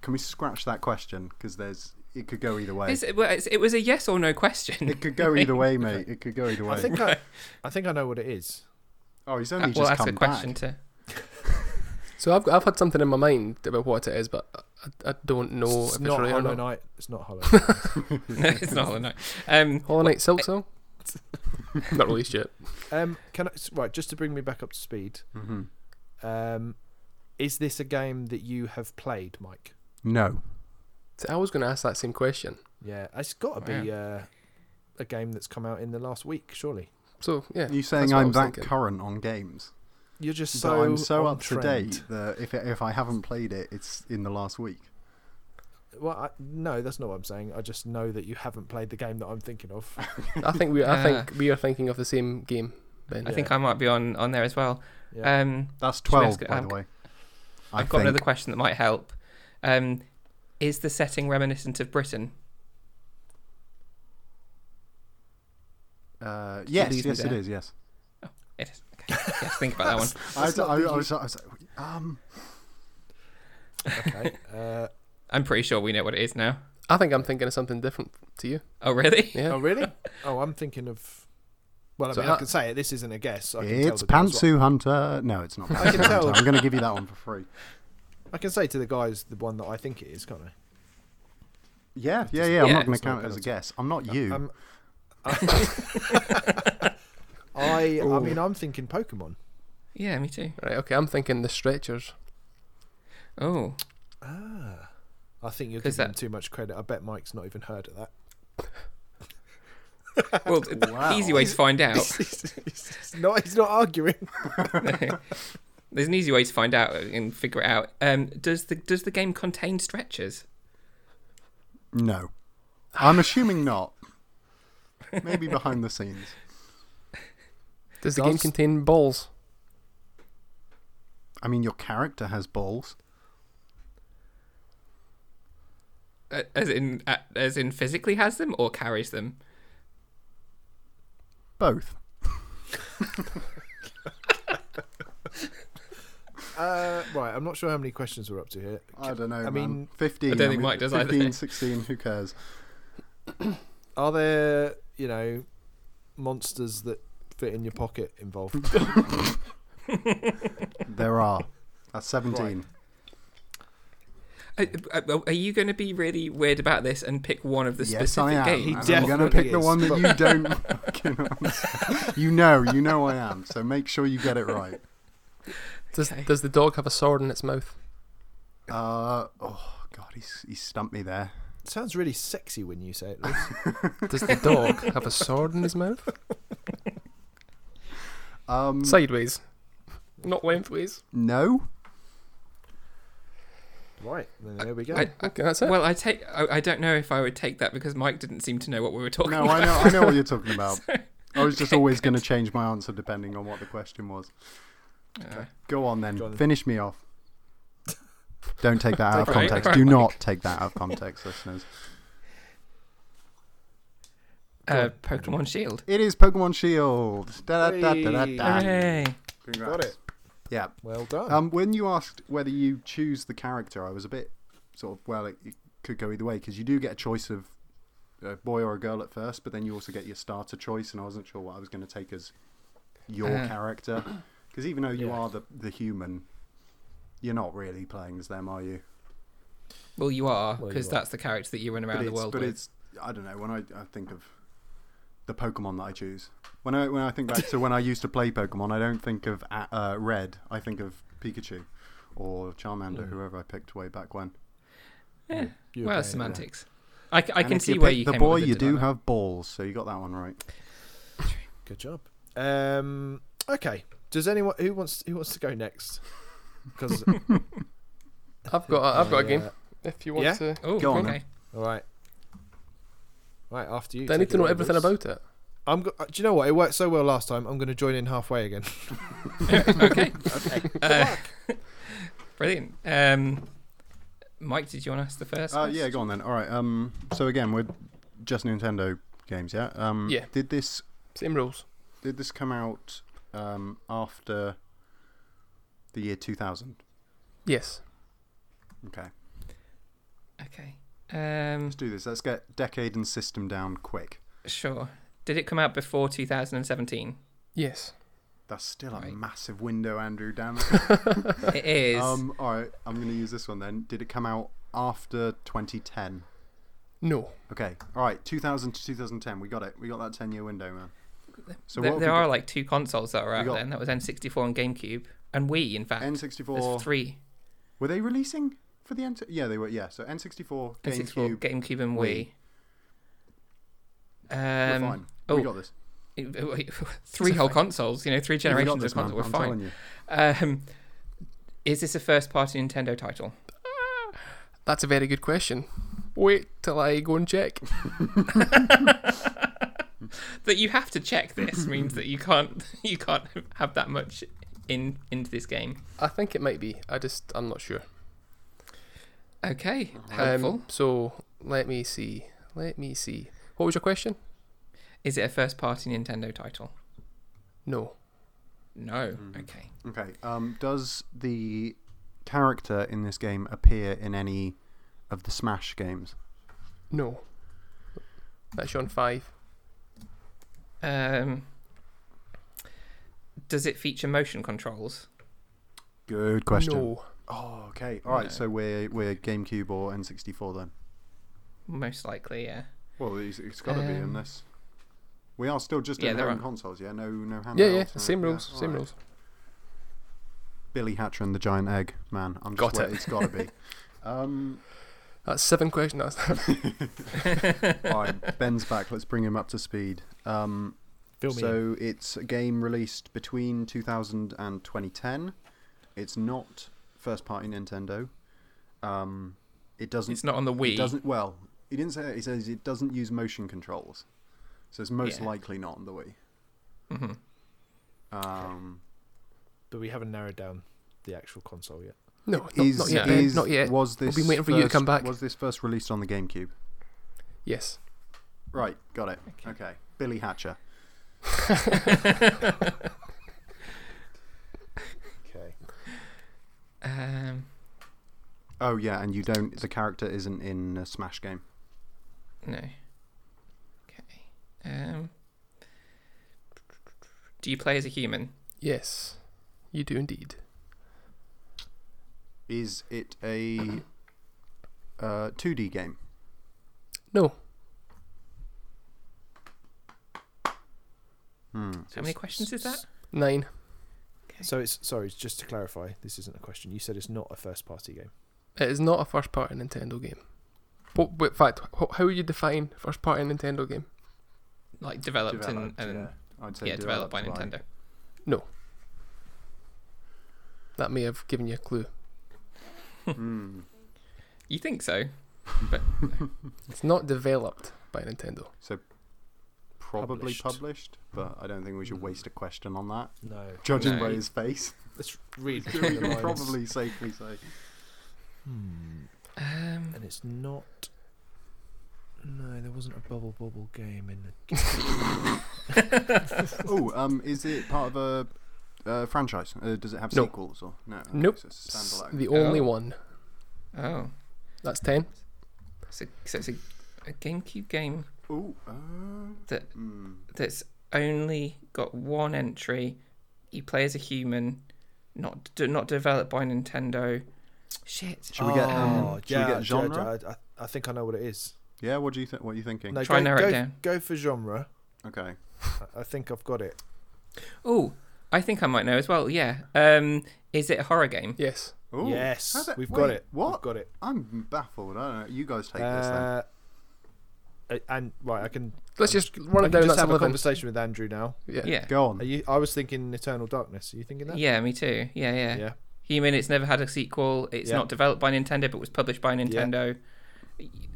Speaker 2: Can we scratch that question? Because there's it could go either way.
Speaker 3: It's- it was- it was a yes or no question.
Speaker 2: It could go either
Speaker 3: *laughs*
Speaker 2: way, mate. It could go either way.
Speaker 1: I think
Speaker 3: Right.
Speaker 1: I, I think I know what it is.
Speaker 2: oh, he's
Speaker 3: Uh,
Speaker 2: only
Speaker 3: *laughs* we'll
Speaker 2: just
Speaker 3: ask
Speaker 2: come
Speaker 3: a question
Speaker 2: back. *laughs*
Speaker 3: to. *laughs*
Speaker 4: So, I've, got, I've had something in my mind about what it is, but I, I don't know
Speaker 1: it's
Speaker 4: if
Speaker 1: not
Speaker 4: it's right or
Speaker 1: Hollow
Speaker 4: not.
Speaker 1: Knight. It's not Hollow. Knight.
Speaker 3: No, it's not. Hollow Knight. Um,
Speaker 4: Hollow Knight Silk Song? not released yet.
Speaker 1: um, can I, right, just to bring me back up to speed.
Speaker 2: hmm
Speaker 1: Um, is this a game that you have played, Mike?
Speaker 2: No,
Speaker 4: So I was going to ask that same question.
Speaker 1: Yeah, it's got to be uh, a game that's come out in the last week, surely.
Speaker 4: So yeah,
Speaker 2: you
Speaker 4: that's
Speaker 2: saying
Speaker 4: what I
Speaker 2: I'm
Speaker 4: was
Speaker 2: that
Speaker 4: thinking.
Speaker 2: current on games?
Speaker 1: You're just
Speaker 2: So
Speaker 1: so
Speaker 2: I'm so
Speaker 1: on
Speaker 2: up to
Speaker 1: trend.
Speaker 2: date that if if I haven't played it, it's in the last week.
Speaker 1: Well, I, no, that's not what I'm saying. I just know that you haven't played the game that I'm thinking of.
Speaker 4: I think we I
Speaker 3: Ah. *laughs*
Speaker 4: think we are thinking of the same game. Ben.
Speaker 3: I think I might be on, on there as well.
Speaker 1: Yeah.
Speaker 3: Um,
Speaker 2: That's
Speaker 3: Should we
Speaker 2: twelve,
Speaker 3: ask-
Speaker 2: by
Speaker 3: um,
Speaker 2: the way. I
Speaker 3: I've got
Speaker 2: think.
Speaker 3: another question that might help. Um, is the setting reminiscent of Britain?
Speaker 2: Uh, yes,
Speaker 3: leads me
Speaker 2: yes, it
Speaker 3: there.
Speaker 2: is. Yes.
Speaker 3: It is.
Speaker 2: *laughs*
Speaker 3: Okay. You have to think about that one.
Speaker 2: I, was-
Speaker 1: not
Speaker 2: I, I,
Speaker 1: really-
Speaker 2: was, I was like, um, *laughs*
Speaker 1: okay. Uh,
Speaker 3: I'm pretty sure we know what it is now.
Speaker 4: I think I'm thinking of something different to you.
Speaker 3: Oh, really?
Speaker 4: Yeah.
Speaker 1: Oh, really? oh, I'm thinking of. Well, I
Speaker 4: So
Speaker 1: mean, I
Speaker 4: I-
Speaker 1: can say it. This isn't a guess. I can tell
Speaker 2: it's
Speaker 1: the guys
Speaker 2: Pantsu Hunter. No, it's not. *laughs*
Speaker 1: I can
Speaker 2: Pantsu Hunter.
Speaker 1: tell.
Speaker 2: I'm going to give you that one for free.
Speaker 1: What, I can say to the guys the one that I think it is, can't I?
Speaker 2: Yeah, yeah, yeah. I'm
Speaker 3: Yeah,
Speaker 2: not going
Speaker 1: it's
Speaker 2: to
Speaker 1: not
Speaker 2: count it as a
Speaker 1: penalty.
Speaker 2: guess. I'm not you.
Speaker 1: Um,
Speaker 2: *laughs*
Speaker 1: *laughs* I, I mean, I'm thinking Pokemon.
Speaker 3: Yeah, me too.
Speaker 4: Right. Okay. I'm thinking the stretchers.
Speaker 3: Oh,
Speaker 1: Ah, I think you're
Speaker 3: Who's
Speaker 1: giving them
Speaker 3: that?
Speaker 1: too much credit. I bet Mike's not even heard of
Speaker 2: *laughs*
Speaker 1: that.
Speaker 3: well, it's an
Speaker 2: Wow.
Speaker 3: easy way to
Speaker 2: *laughs*
Speaker 3: find out.
Speaker 1: he's, he's not, he's not arguing.
Speaker 3: There's an easy way to find out and figure it out. Um, does the does the game contain stretchers?
Speaker 2: *laughs* no, I'm assuming not. Maybe behind the scenes.
Speaker 4: Does the game
Speaker 1: Does-
Speaker 4: contain balls?
Speaker 2: I mean, your character has balls.
Speaker 3: Uh, as in, uh, as in, physically has them or carries them?
Speaker 2: Both.
Speaker 1: Uh, right, I'm not sure how many questions we're up to here.
Speaker 2: I don't know.
Speaker 1: I
Speaker 2: man.
Speaker 1: mean-
Speaker 2: fifteen.
Speaker 3: I don't think Mike does either.
Speaker 2: 15, 16, Who cares?
Speaker 1: Are there, you know, monsters that fit in your pocket involved?
Speaker 4: *laughs*
Speaker 2: There are. *laughs* That's seventeen.
Speaker 3: Are, Uh, are- are you going to be really weird about this and pick one of the
Speaker 2: yes,
Speaker 3: specific
Speaker 2: I am.
Speaker 3: games?
Speaker 2: and
Speaker 1: definitely
Speaker 2: I'm going to pick the
Speaker 1: is,
Speaker 2: one that
Speaker 1: but-
Speaker 2: *laughs* you don't. fucking understand. you know, you know I am. So make sure you get it right.
Speaker 4: Does
Speaker 3: Okay.
Speaker 4: Does the dog have a sword in its mouth?
Speaker 2: Uh, oh God, he's he stumped me there.
Speaker 1: sounds really sexy when you say it.
Speaker 4: *laughs*
Speaker 1: Liz.
Speaker 4: Does the
Speaker 3: *laughs*
Speaker 4: dog have a sword in his mouth?
Speaker 1: Mm.
Speaker 2: Um,
Speaker 4: Sideways, not lengthways.
Speaker 2: no.
Speaker 1: right, then there we go.
Speaker 3: I-
Speaker 4: Okay, that's it.
Speaker 3: Well, I take. I, I don't know if I would take that because Mike didn't seem to know what we were talking
Speaker 2: No,
Speaker 3: about.
Speaker 2: I know, I know what you're talking *laughs* about. I was just always *laughs* going to change my answer depending on what the question was.
Speaker 3: Uh,
Speaker 2: Go on then,
Speaker 1: Go on then.
Speaker 2: finish me *laughs* off. Don't take that out of
Speaker 3: Right,
Speaker 2: context.
Speaker 3: right,
Speaker 2: Do
Speaker 3: Mike.
Speaker 2: not take that out of context, listeners.
Speaker 3: uh, Pokemon Shield.
Speaker 2: It is Pokemon Shield. Da, da, da, da, da, da.
Speaker 3: Hooray!
Speaker 2: Congrats.
Speaker 1: Got it.
Speaker 2: Yeah.
Speaker 1: Well done.
Speaker 2: Um, when you asked whether you choose the character, I was a bit sort of well, it, it could go either way because you do get a choice of a boy or a girl at first, but then you also get your starter choice, and I wasn't sure what I was going to take as your
Speaker 3: Uh.
Speaker 2: character. 'Cause character Because even though you
Speaker 1: Yeah.
Speaker 2: are the, the human, you're not really playing as them, are you?
Speaker 3: Well, you are
Speaker 5: Well, you
Speaker 3: because
Speaker 5: are.
Speaker 3: that's the character that you run around
Speaker 2: but
Speaker 3: the
Speaker 2: it's,
Speaker 3: world
Speaker 2: but
Speaker 3: with.
Speaker 2: it's I don't know when I, I think of the Pokemon that I choose. When I when I think back to when I used to play Pokemon, I don't think of uh, uh, Red. I think of Pikachu or Charmander,
Speaker 3: Hmm.
Speaker 5: Mm.
Speaker 2: whoever I picked way back when.
Speaker 1: You
Speaker 3: well,
Speaker 1: okay?
Speaker 3: semantics. I, c- I
Speaker 2: And
Speaker 3: can
Speaker 2: if
Speaker 3: see
Speaker 2: you
Speaker 3: where
Speaker 2: pick
Speaker 3: you
Speaker 2: the
Speaker 3: came up
Speaker 2: boy.
Speaker 3: with
Speaker 2: you
Speaker 3: it,
Speaker 2: do
Speaker 3: Delilah.
Speaker 2: have balls, so you got that one right.
Speaker 1: Good job. Um, okay. Does anyone who wants who wants to go next?
Speaker 4: *laughs*
Speaker 1: Because
Speaker 4: I've got a, I've got a game. If you want
Speaker 1: yeah?
Speaker 4: to,
Speaker 3: Oh,
Speaker 2: Go on
Speaker 3: okay.
Speaker 1: all right. Right after you.
Speaker 4: they need
Speaker 1: take
Speaker 4: to
Speaker 1: it
Speaker 4: know
Speaker 1: away,
Speaker 4: everything
Speaker 1: Bruce.
Speaker 4: about it.
Speaker 1: I'm. Go- uh, do you know what? It worked so well last time. I'm going to join in halfway
Speaker 4: *laughs*
Speaker 1: again.
Speaker 3: *laughs*
Speaker 2: *laughs*
Speaker 3: okay. *laughs* Uh, brilliant. Um, Mike, did you want to ask the first?
Speaker 2: Uh, yeah, go on then. All right. Um, so again, we're just Nintendo games, yeah. Um,
Speaker 4: Yeah.
Speaker 2: Did this
Speaker 4: Same rules.
Speaker 2: did this come out um, after the year 2000?
Speaker 4: Yes.
Speaker 2: Okay.
Speaker 3: Okay. Um,
Speaker 2: Let's do this. Let's get decade and system down quick.
Speaker 3: sure. Did it come out
Speaker 2: *laughs*
Speaker 3: before 2017?
Speaker 4: Yes.
Speaker 2: That's still a
Speaker 3: Right.
Speaker 2: massive window, Andrew. Damn it.
Speaker 3: *laughs* It is.
Speaker 2: um, all right, I'm going to use this one then. Did it come out after 2010?
Speaker 4: No.
Speaker 2: Okay. All right, 2000 to 2010. We got it. We got that 10 year window, man. So
Speaker 3: there
Speaker 2: what
Speaker 3: there
Speaker 2: have
Speaker 3: are like two consoles that are out
Speaker 2: got-
Speaker 3: then. That was N64 and GameCube, and Wii, in
Speaker 2: we
Speaker 3: fact.
Speaker 2: got?
Speaker 3: There's
Speaker 2: N64.
Speaker 3: three.
Speaker 2: Were they releasing for the N? Yeah, they were. Yeah. So N64,
Speaker 3: N64,
Speaker 2: GameCube.
Speaker 3: GameCube, and
Speaker 2: Wii.
Speaker 3: Wii.
Speaker 2: We're
Speaker 3: Um,
Speaker 2: fine.
Speaker 3: oh,
Speaker 2: We got this. *laughs*
Speaker 3: *laughs* three whole consoles. You know, three
Speaker 2: We
Speaker 3: generations
Speaker 2: got this,
Speaker 3: of consoles.
Speaker 2: man.
Speaker 3: We're
Speaker 2: I'm
Speaker 3: fine.
Speaker 2: telling you.
Speaker 3: Um, is this a first-party
Speaker 2: *laughs*
Speaker 3: Nintendo title? *laughs*
Speaker 4: That's a very good question. Wait till I go and check.
Speaker 3: that you have to
Speaker 2: *laughs*
Speaker 3: check this means that you can't *laughs* you can't have that much in into this game.
Speaker 4: I think it might be. I just I'm not sure.
Speaker 3: Okay,
Speaker 4: Um,
Speaker 3: helpful.
Speaker 4: so let me see. Let me see. What was your question?
Speaker 3: is it a first-party Nintendo title?
Speaker 4: No.
Speaker 3: No.
Speaker 2: Mm-hmm.
Speaker 3: Okay.
Speaker 2: Okay. Um, does the character in this game appear in any of the Smash games?
Speaker 4: No. That's you on five.
Speaker 3: Um, does it feature motion controls?
Speaker 2: Good question.
Speaker 4: No.
Speaker 2: Oh, okay. All right. So we're we're GameCube or N64 then.
Speaker 3: Most likely, yeah.
Speaker 2: Well, it's, it's got to be in
Speaker 3: Um,
Speaker 2: this. We are still just
Speaker 3: yeah,
Speaker 2: in
Speaker 3: there
Speaker 2: home
Speaker 3: are-
Speaker 2: consoles, yeah. No, no handhelds.
Speaker 4: Yeah, yeah.
Speaker 2: or-
Speaker 4: Same rules.
Speaker 2: all
Speaker 4: same
Speaker 2: right.
Speaker 4: rules.
Speaker 2: Billy Hatcher and the Giant Egg, man. I'm just
Speaker 4: Got
Speaker 2: got
Speaker 4: it.
Speaker 2: It's got to
Speaker 4: *laughs*
Speaker 2: be. Um,
Speaker 4: That's seven questions. That's *laughs*
Speaker 2: all right, Ben's back. Let's bring him up to speed. Um,
Speaker 1: Fill me in.
Speaker 2: so it's a game released between 2000 and 2010. It's not first-party Nintendo. Um, it doesn't.
Speaker 3: It's not on the
Speaker 2: It
Speaker 3: Wii.
Speaker 2: doesn't. Well, he didn't say. It. He says it doesn't use motion controls, so it's most
Speaker 3: Yeah.
Speaker 2: likely not on the Wii.
Speaker 3: Mhm.
Speaker 2: Um,
Speaker 1: But we haven't narrowed down the actual console yet.
Speaker 4: no. Not,
Speaker 2: is,
Speaker 4: not yet. Ben,
Speaker 2: is-
Speaker 4: not yet.
Speaker 2: Was
Speaker 4: We've
Speaker 2: this
Speaker 4: been waiting for you to
Speaker 2: first-
Speaker 4: come back.
Speaker 2: Was this first released on the GameCube?
Speaker 4: Yes.
Speaker 2: Right, got it.
Speaker 3: Okay.
Speaker 2: Okay, Billy Hatcher.
Speaker 1: Okay.
Speaker 3: Um,
Speaker 2: Oh yeah, and you don't. The character isn't in a Smash game.
Speaker 3: no. Okay. Um, do you play as a human?
Speaker 4: Yes. You do indeed.
Speaker 2: Is it a uh, 2D game?
Speaker 4: No.
Speaker 2: Hmm.
Speaker 3: How many questions is that?
Speaker 4: Nine.
Speaker 1: So it's sorry. Just to clarify, this isn't a question. You said it's not a first-party game.
Speaker 4: It is not a first party Nintendo game. What, but in fact, wh- how would you define first party Nintendo game?
Speaker 3: Like developed,
Speaker 2: Developed,
Speaker 3: and, and
Speaker 4: um,
Speaker 2: yeah. I'd
Speaker 3: yeah,
Speaker 2: say
Speaker 3: developed by Nintendo.
Speaker 4: That may have given you a clue. *laughs*
Speaker 2: Hmm.
Speaker 3: You think so?
Speaker 2: *laughs*
Speaker 4: It's not developed by Nintendo.
Speaker 2: Probably
Speaker 1: Published.
Speaker 2: published. but I don't think we should
Speaker 1: Hmm.
Speaker 2: waste a question on that.
Speaker 1: No.
Speaker 2: Judging
Speaker 3: No.
Speaker 2: by his face,
Speaker 1: Let's read *laughs*
Speaker 2: we
Speaker 1: between the
Speaker 2: can
Speaker 1: lines.
Speaker 2: probably safely say.
Speaker 1: Hmm.
Speaker 3: Um,
Speaker 1: And it's not. No, there wasn't a bubble bubble game in the.
Speaker 2: Oh, um, is it part of a uh, franchise? Uh, does it have
Speaker 4: No.
Speaker 2: sequels or no? Okay,
Speaker 4: Nope.
Speaker 2: so it's a
Speaker 4: It's
Speaker 2: standalone.
Speaker 4: the only
Speaker 3: Oh.
Speaker 4: one.
Speaker 3: oh,
Speaker 4: That's ten.
Speaker 3: so, so it's a, a GameCube game
Speaker 2: Ooh, uh,
Speaker 3: That-
Speaker 2: mm,
Speaker 3: that's only got one entry you play as a human, not d- not developed by Nintendo. Shit.
Speaker 2: Should we get, um,
Speaker 1: Oh,
Speaker 2: should we get genre?
Speaker 1: yeah, I, I think I know what it is.
Speaker 2: Yeah, what do you think? What are you thinking?
Speaker 1: No,
Speaker 3: Try
Speaker 1: go,
Speaker 3: and narrow it
Speaker 1: go,
Speaker 3: down.
Speaker 1: go for genre.
Speaker 2: Okay.
Speaker 1: I- I think I've got it.
Speaker 3: Oh, I think I might know as well. Yeah. Um, is it a horror game?
Speaker 4: Yes.
Speaker 2: Ooh, how
Speaker 1: yes,
Speaker 2: the-
Speaker 1: we've
Speaker 2: wait,
Speaker 1: got it. We've
Speaker 2: What?
Speaker 1: got it.
Speaker 2: I'm baffled. I don't know. You guys take this then.
Speaker 1: Uh, a- and right, I can.
Speaker 4: Let's just run
Speaker 1: I can
Speaker 4: it down.
Speaker 1: Um, just
Speaker 4: That's
Speaker 1: have a
Speaker 4: eleven.
Speaker 1: conversation with Andrew now.
Speaker 4: Yeah.
Speaker 3: Yeah.
Speaker 2: Go on.
Speaker 1: Are you? I was thinking Eternal Darkness. Are you thinking that?
Speaker 3: Yeah, me too. Yeah, yeah.
Speaker 1: Yeah.
Speaker 3: Human, it's never had a sequel. It's
Speaker 1: Yeah.
Speaker 3: not developed by Nintendo, but was published by Nintendo,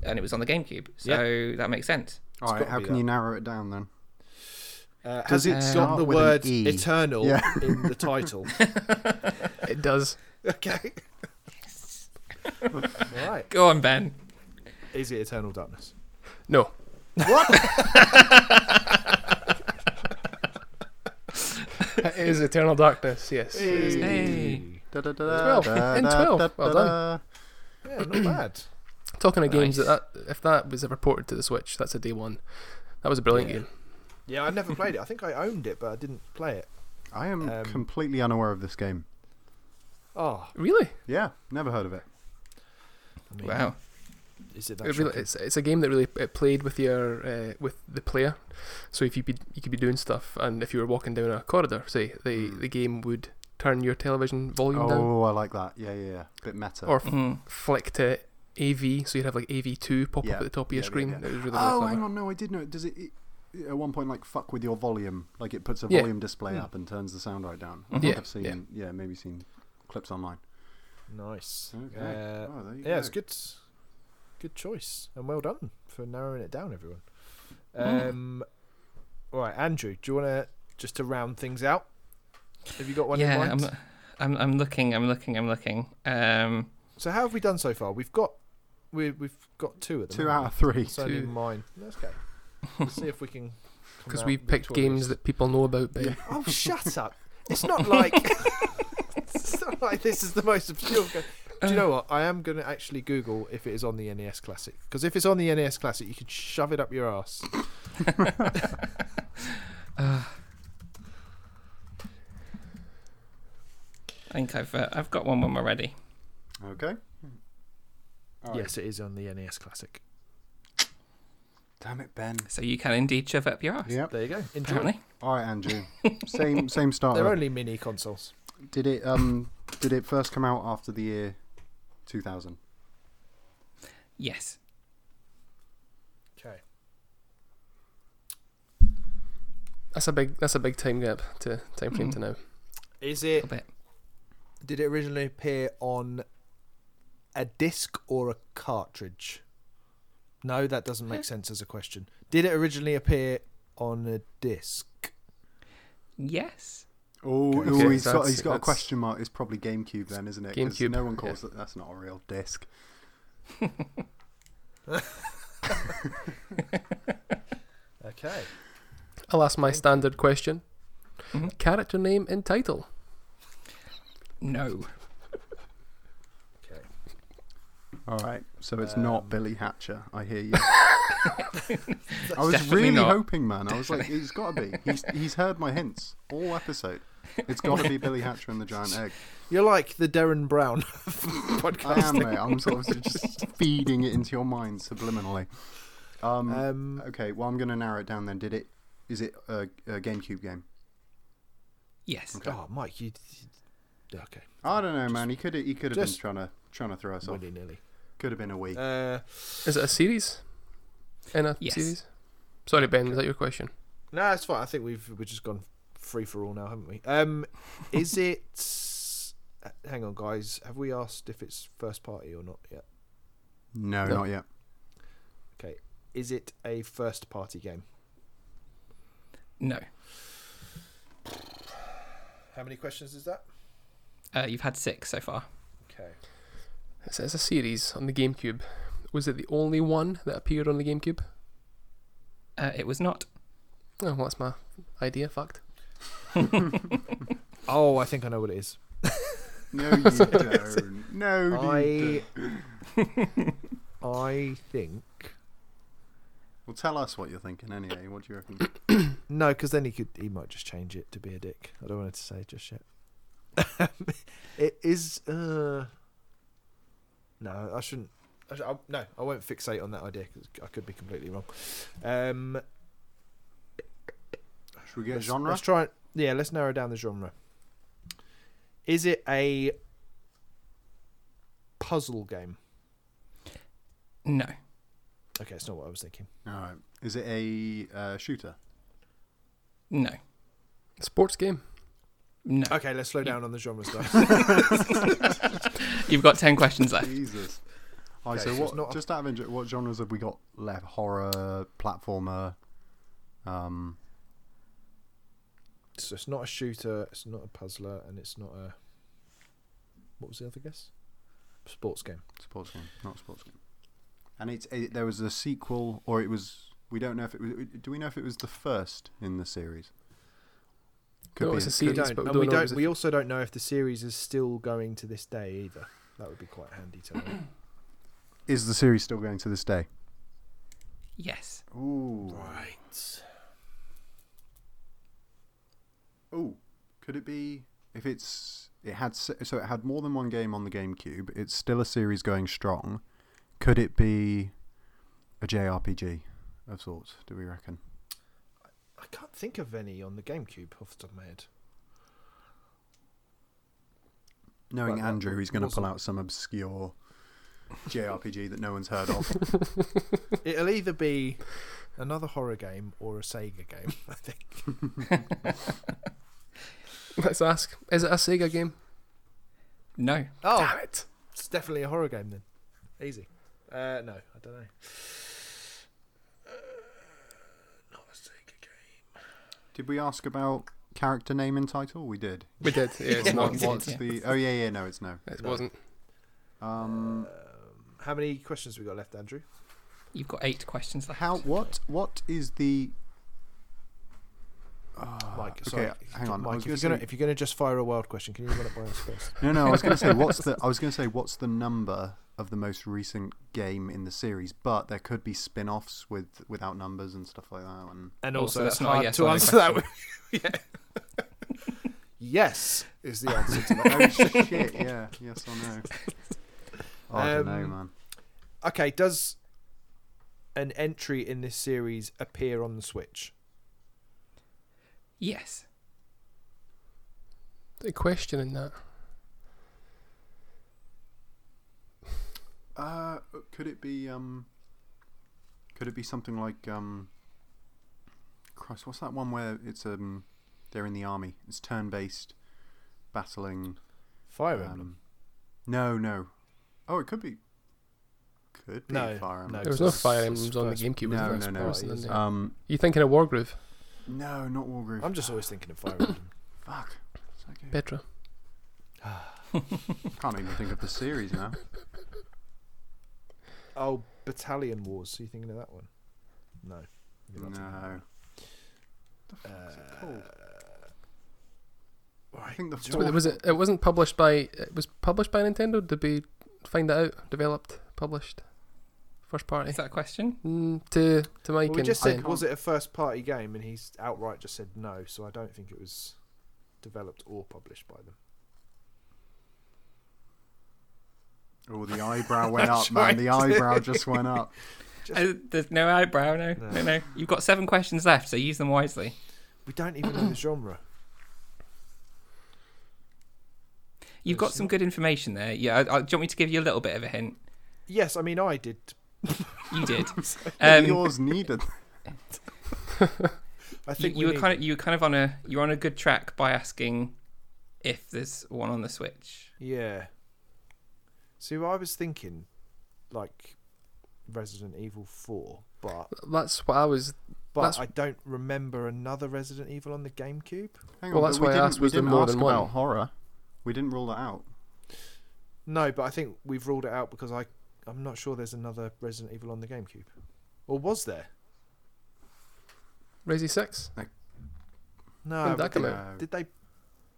Speaker 3: and it was on the GameCube. So that makes sense.
Speaker 2: All right.
Speaker 1: gotta
Speaker 2: How
Speaker 1: be
Speaker 2: can
Speaker 1: that.
Speaker 2: you narrow it down then?
Speaker 1: Uh,
Speaker 2: Does
Speaker 1: has
Speaker 2: it
Speaker 1: it
Speaker 2: start
Speaker 1: got the
Speaker 2: with an
Speaker 1: word
Speaker 2: E?
Speaker 1: eternal
Speaker 2: Yeah.
Speaker 1: in the title?
Speaker 4: It does.
Speaker 1: okay. All right.
Speaker 3: Go on, Ben.
Speaker 1: Is it Eternal Darkness?
Speaker 4: No. *laughs* What? it is Eternal Darkness. Yes.
Speaker 3: Hey.
Speaker 2: Da, da, da,
Speaker 4: Twelve.
Speaker 2: da,
Speaker 4: In
Speaker 2: da,
Speaker 4: twelve.
Speaker 2: da,
Speaker 4: Well
Speaker 2: da,
Speaker 4: done.
Speaker 2: da.
Speaker 1: Yeah, not bad.
Speaker 4: Talking of games
Speaker 3: Nice.
Speaker 4: that, that if that was ever ported to the Switch, that's a day one. That was a brilliant
Speaker 1: Yeah.
Speaker 4: game.
Speaker 1: Yeah, I never played it. I think I owned it, but I didn't play it.
Speaker 2: I am
Speaker 1: Um,
Speaker 2: completely unaware of this game.
Speaker 1: Oh,
Speaker 4: Really?
Speaker 2: Yeah, never heard of it.
Speaker 1: I mean,
Speaker 3: Wow.
Speaker 1: Is it that?
Speaker 4: It really,
Speaker 1: shocking?
Speaker 4: it's it's a game that really it played with your uh, with the player. So if you be you could be doing stuff, and if you were walking down a corridor, say the the game would turn your television volume down
Speaker 2: Oh, I like that. Yeah, yeah, yeah. Bit meta.
Speaker 4: or f-
Speaker 3: Mhm.
Speaker 4: flick to AV, so you'd have like AV two pop
Speaker 2: Yeah.
Speaker 4: up at the top of
Speaker 2: Yeah,
Speaker 4: your
Speaker 2: yeah,
Speaker 4: screen.
Speaker 2: yeah.
Speaker 4: It was really, really
Speaker 2: oh,
Speaker 4: clever.
Speaker 2: hang on. No, I did know. it. Does it, it at one point like fuck with your volume? Like it puts a
Speaker 4: Yeah. Mm-hmm.
Speaker 2: volume
Speaker 1: Hmm.
Speaker 2: display up and turns the sound right down. I think
Speaker 4: Yeah,
Speaker 2: I've seen.
Speaker 4: yeah.
Speaker 2: Yeah. maybe seen clips online.
Speaker 1: nice.
Speaker 2: Okay.
Speaker 1: Uh,
Speaker 2: oh, there you
Speaker 1: yeah, it's
Speaker 2: go.
Speaker 1: good. Good choice, and well done for narrowing it down, everyone.
Speaker 3: Mm.
Speaker 1: Um, all right, Andrew, do you want to just to round things out? Have you got one
Speaker 3: yeah,
Speaker 1: in mind?
Speaker 3: I'm, I'm. I'm looking. I'm looking. I'm looking. Um,
Speaker 1: So how have we done so far? We've got we we've got two at the
Speaker 2: Two
Speaker 1: moment.
Speaker 2: out of three.
Speaker 1: It's only
Speaker 4: Two.
Speaker 1: mine. That's okay. Let's see if we can.
Speaker 4: Because we picked
Speaker 1: *laughs*
Speaker 4: games that people know about. Ben.
Speaker 1: Oh, shut up! It's not like *laughs* it's not like this is the most obscure game. Do you know what? I am going to actually Google if it is on the NES Classic because if it's on the NES Classic, you can shove it up your ass.
Speaker 3: I think I've. Uh, I've got one when we're ready.
Speaker 2: Okay.
Speaker 1: Hmm.
Speaker 2: All right.
Speaker 1: Yes, it is on the NES Classic.
Speaker 2: Damn it, Ben.
Speaker 3: So you can indeed shove it up your ass.
Speaker 2: Yep.
Speaker 1: There you go. Enjoy.
Speaker 3: Apparently.
Speaker 2: All
Speaker 1: *laughs*
Speaker 2: right, Andrew. same same starter.
Speaker 1: They're only mini consoles.
Speaker 2: Did it um did it first come out after the year 2000?
Speaker 3: Yes.
Speaker 1: Okay.
Speaker 4: That's a big that's a big time gap to time frame to now.
Speaker 1: Is
Speaker 3: A
Speaker 1: it?
Speaker 3: little bit.
Speaker 1: Did it originally appear on a disc or a cartridge? No, that doesn't make sense as a question. Did it originally appear on a disc?
Speaker 3: Yes.
Speaker 2: Oh,
Speaker 4: Okay,
Speaker 2: ooh,
Speaker 4: so
Speaker 2: he's got
Speaker 4: that's-
Speaker 2: he's got a
Speaker 4: that's-
Speaker 2: question mark. It's probably GameCube then, isn't it? 'Cause
Speaker 4: GameCube,
Speaker 2: No one
Speaker 4: yeah.
Speaker 2: calls it. That's not a real disc.
Speaker 1: Okay.
Speaker 4: I'll ask my standard question:
Speaker 3: Mhm.
Speaker 4: character name and title.
Speaker 3: No.
Speaker 1: Okay.
Speaker 2: All right. So it's
Speaker 1: Um,
Speaker 2: not Billy Hatcher. I
Speaker 1: *laughs*
Speaker 2: hear you. I was
Speaker 3: Definitely
Speaker 2: really
Speaker 3: not.
Speaker 2: hoping, man. I was like, it's got to be. He's he's heard my hints all episode. It's got to be Billy Hatcher and the
Speaker 1: *laughs*
Speaker 2: Giant Egg.
Speaker 1: You're like the Darren Brown *laughs* of
Speaker 2: I am,
Speaker 1: podcasting.
Speaker 2: Ah, mate. I'm sort of just feeding it into your mind subliminally. Um,
Speaker 1: Um,
Speaker 2: okay. Well, I'm going to narrow it down then. Did it? Is it a, a GameCube game?
Speaker 3: Yes.
Speaker 1: oh, Mike, you. you- Okay.
Speaker 2: I don't know, man. He could he could have been
Speaker 1: just-
Speaker 2: trying to trying to throw us off.
Speaker 1: Willy nilly.
Speaker 2: Could have been a week.
Speaker 1: Uh,
Speaker 4: Is it a series? In a
Speaker 3: Yes.
Speaker 4: series? Sorry, Ben. Is that your question?
Speaker 1: no, it's fine. I think we've we've just gone free for all now, haven't we? *laughs* Um, is it? uh, Hang on, guys. Have we asked if it's first party or not yet?
Speaker 2: no,
Speaker 4: no.
Speaker 2: not
Speaker 1: *laughs*
Speaker 2: yet.
Speaker 1: Okay. Is it a first party game?
Speaker 3: No.
Speaker 1: How many questions is that?
Speaker 3: Uh, you've had six so far.
Speaker 1: Okay.
Speaker 4: It says a series on the GameCube. Was it the only one that appeared on the GameCube?
Speaker 3: Uh, it was not.
Speaker 4: Oh, well, that's my idea. Fucked.
Speaker 1: Oh, I think I know what it is.
Speaker 2: No, you don't. No,
Speaker 1: I
Speaker 2: you don't.
Speaker 1: I think *laughs* *coughs*
Speaker 2: Well, tell us what you're thinking anyway. What do you reckon?
Speaker 1: No, because then he could. He might just change it to be a dick. I don't want it to say just yet. *laughs* it is. Uh, no, I shouldn't. I should, I, no, I won't fixate on that idea because I could be completely wrong. Um,
Speaker 2: Should we get
Speaker 1: let's,
Speaker 2: genre?
Speaker 1: Let's try. Yeah, let's narrow down the genre. Is it a puzzle game?
Speaker 3: No.
Speaker 1: Okay, it's not what I was thinking.
Speaker 2: All right. Is it a
Speaker 1: *laughs*
Speaker 2: uh, shooter?
Speaker 3: No.
Speaker 4: Sports game.
Speaker 3: No.
Speaker 1: Okay, let's slow down on the genre stuff.
Speaker 3: You've got 10 questions left.
Speaker 2: Jesus. All right,
Speaker 1: Okay,
Speaker 2: so
Speaker 1: so it's
Speaker 2: what?
Speaker 1: not a-
Speaker 2: Just out of interest, what genres have we got left? Horror, platformer. Um,
Speaker 1: So it's not a shooter, it's not a puzzler, and it's not a. What was the other guess? Sports game.
Speaker 2: sports game, not sports game. And it's it, there was a sequel, or it was. We don't know if it was. Do we know if it was the first in the series?
Speaker 4: No,
Speaker 2: be
Speaker 4: it's
Speaker 2: a-
Speaker 4: a
Speaker 1: We
Speaker 4: series,
Speaker 1: don't,
Speaker 4: but we
Speaker 1: and
Speaker 4: don't
Speaker 1: we,
Speaker 4: know
Speaker 1: don't,
Speaker 4: if it's a-
Speaker 1: we also don't know if the series is still going to this day either. That would be quite handy to know.
Speaker 2: Is the series still going to this day?
Speaker 3: Yes.
Speaker 2: Ooh.
Speaker 1: *coughs* right.
Speaker 2: Ooh. Could it be if it's it had s- so it had more than one game on the GameCube? It's still a series going strong. Could it be a JRPG of sorts? Do we reckon?
Speaker 1: I can't think of any on the GameCube off the top of my head.
Speaker 2: Knowing
Speaker 1: Right, that
Speaker 2: Andrew, he's going to pull
Speaker 1: wasn't-
Speaker 2: out some obscure JRPG that no one's heard of.
Speaker 1: It'll either be another horror game or a Sega game, *laughs* I think.
Speaker 4: *laughs* Let's ask. Is it a Sega game?
Speaker 3: No.
Speaker 1: Oh,
Speaker 4: Damn it!
Speaker 1: It's definitely a horror game then. Easy. Uh, no, I don't know. Uh, Not a Sega game.
Speaker 2: Did we ask about character name and title? We did.
Speaker 4: We did. Yeah,
Speaker 2: *laughs*
Speaker 4: it's
Speaker 3: Yeah.
Speaker 4: not.
Speaker 2: What,
Speaker 3: we did,
Speaker 2: what's
Speaker 3: yeah.
Speaker 2: the? Oh yeah, yeah. No, it's no.
Speaker 4: It
Speaker 1: No.
Speaker 4: wasn't.
Speaker 2: Um,
Speaker 1: Uh, How many questions we got left, Andrew?
Speaker 3: You've got eight questions left.
Speaker 2: how? What? What is the?
Speaker 1: Mike,
Speaker 2: Ah, okay,
Speaker 1: sorry.
Speaker 2: hang on, I
Speaker 1: Mike,
Speaker 2: was
Speaker 1: if you're,
Speaker 2: gonna
Speaker 1: gonna,
Speaker 2: say-
Speaker 1: if you're gonna just fire a wild question, can you run it by us first?
Speaker 2: No, no. I was going to say what's the? I was going to say what's the number of the most recent game in the series? But there could be spin-offs with without numbers and stuff like that. *laughs* *laughs* And
Speaker 1: And
Speaker 3: Also, that's not a yes or no
Speaker 2: *laughs*
Speaker 1: yes is the answer to that.
Speaker 2: oh shit! Yeah. Yes or *laughs* no? Oh, I don't know,
Speaker 1: Um,
Speaker 2: man.
Speaker 1: Okay, does an entry in this series appear on the Switch?
Speaker 3: Yes.
Speaker 4: The question in that.
Speaker 2: Uh, could it be um? Could it be something like um? Christ, what's that one where it's um? They're in the army. It's turn-based, battling.
Speaker 1: Fire Emblem.
Speaker 2: Um, no, no. Oh, it could be. Could be
Speaker 1: No,
Speaker 2: Fire
Speaker 1: no.
Speaker 2: Emblem.
Speaker 4: There was no
Speaker 1: it's-
Speaker 4: Fire
Speaker 1: it's
Speaker 4: Emblems on the
Speaker 1: first-
Speaker 4: GameCube.
Speaker 2: No, no,
Speaker 4: was there?
Speaker 2: no,
Speaker 4: Wasn't
Speaker 1: it is. uh,
Speaker 4: there?
Speaker 2: Um,
Speaker 4: You thinking of Wargroove?
Speaker 2: no, not Wargroove.
Speaker 1: I'm just always thinking of
Speaker 2: *coughs*
Speaker 1: Fire Emblem.
Speaker 2: Fuck. It's okay.
Speaker 4: Petra.
Speaker 2: Can't even think of the series now.
Speaker 1: Oh, Battalion Wars. Are you thinking of that one? No. You're not thinking of
Speaker 2: no. The
Speaker 1: that.
Speaker 2: fuck's it called?
Speaker 1: Uh,
Speaker 2: I
Speaker 1: right.
Speaker 2: think the
Speaker 1: Do
Speaker 4: So
Speaker 2: fourth-
Speaker 4: it was it, it wasn't published by it was published by Nintendo. Did we find that out? Developed, published, first party.
Speaker 3: Is that a question?
Speaker 4: Mm, to to Mike
Speaker 1: Well, we
Speaker 4: and
Speaker 1: just
Speaker 4: Ian.
Speaker 1: said,
Speaker 2: can't-
Speaker 1: was it a first party game? And he's outright just said no, so I don't think it was developed or published by them.
Speaker 2: Oh, the eyebrow went up,
Speaker 1: right.
Speaker 2: man. The eyebrow just went up.
Speaker 3: Uh, there's no eyebrow, no,
Speaker 1: No.
Speaker 3: no, no. You've got seven questions left, so use them wisely.
Speaker 1: We don't even know the genre.
Speaker 3: You've
Speaker 1: There's
Speaker 3: got some
Speaker 1: not-
Speaker 3: good information there. Yeah, I, I, do you want me to give you a little bit of a hint?
Speaker 1: Yes, I mean, I did.
Speaker 3: You did.
Speaker 2: Um,
Speaker 3: Um,
Speaker 2: Yours needed.
Speaker 1: I
Speaker 3: you,
Speaker 1: think
Speaker 3: you
Speaker 1: we
Speaker 3: were
Speaker 1: need-
Speaker 3: kind of you were kind of on a you're on a good track by asking if there's one on the Switch.
Speaker 1: Yeah. See, I was thinking, like, Resident Evil 4, but
Speaker 4: That's what I was.
Speaker 1: but
Speaker 4: That's-
Speaker 1: I don't remember another Resident Evil on the GameCube.
Speaker 2: Hang on,
Speaker 4: Well, that's
Speaker 2: but we
Speaker 4: why I
Speaker 2: didn't-
Speaker 4: asked,
Speaker 2: we
Speaker 4: was there
Speaker 2: didn't
Speaker 4: more
Speaker 2: ask
Speaker 4: than
Speaker 2: about
Speaker 4: one?
Speaker 2: horror. We didn't rule that out.
Speaker 1: No, but I think we've ruled it out because I I'm not sure there's another Resident Evil on the GameCube. Or was there?
Speaker 4: Resi Six.
Speaker 1: No.
Speaker 4: When did
Speaker 1: but
Speaker 4: that come
Speaker 1: did,
Speaker 4: out?
Speaker 2: No.
Speaker 1: did they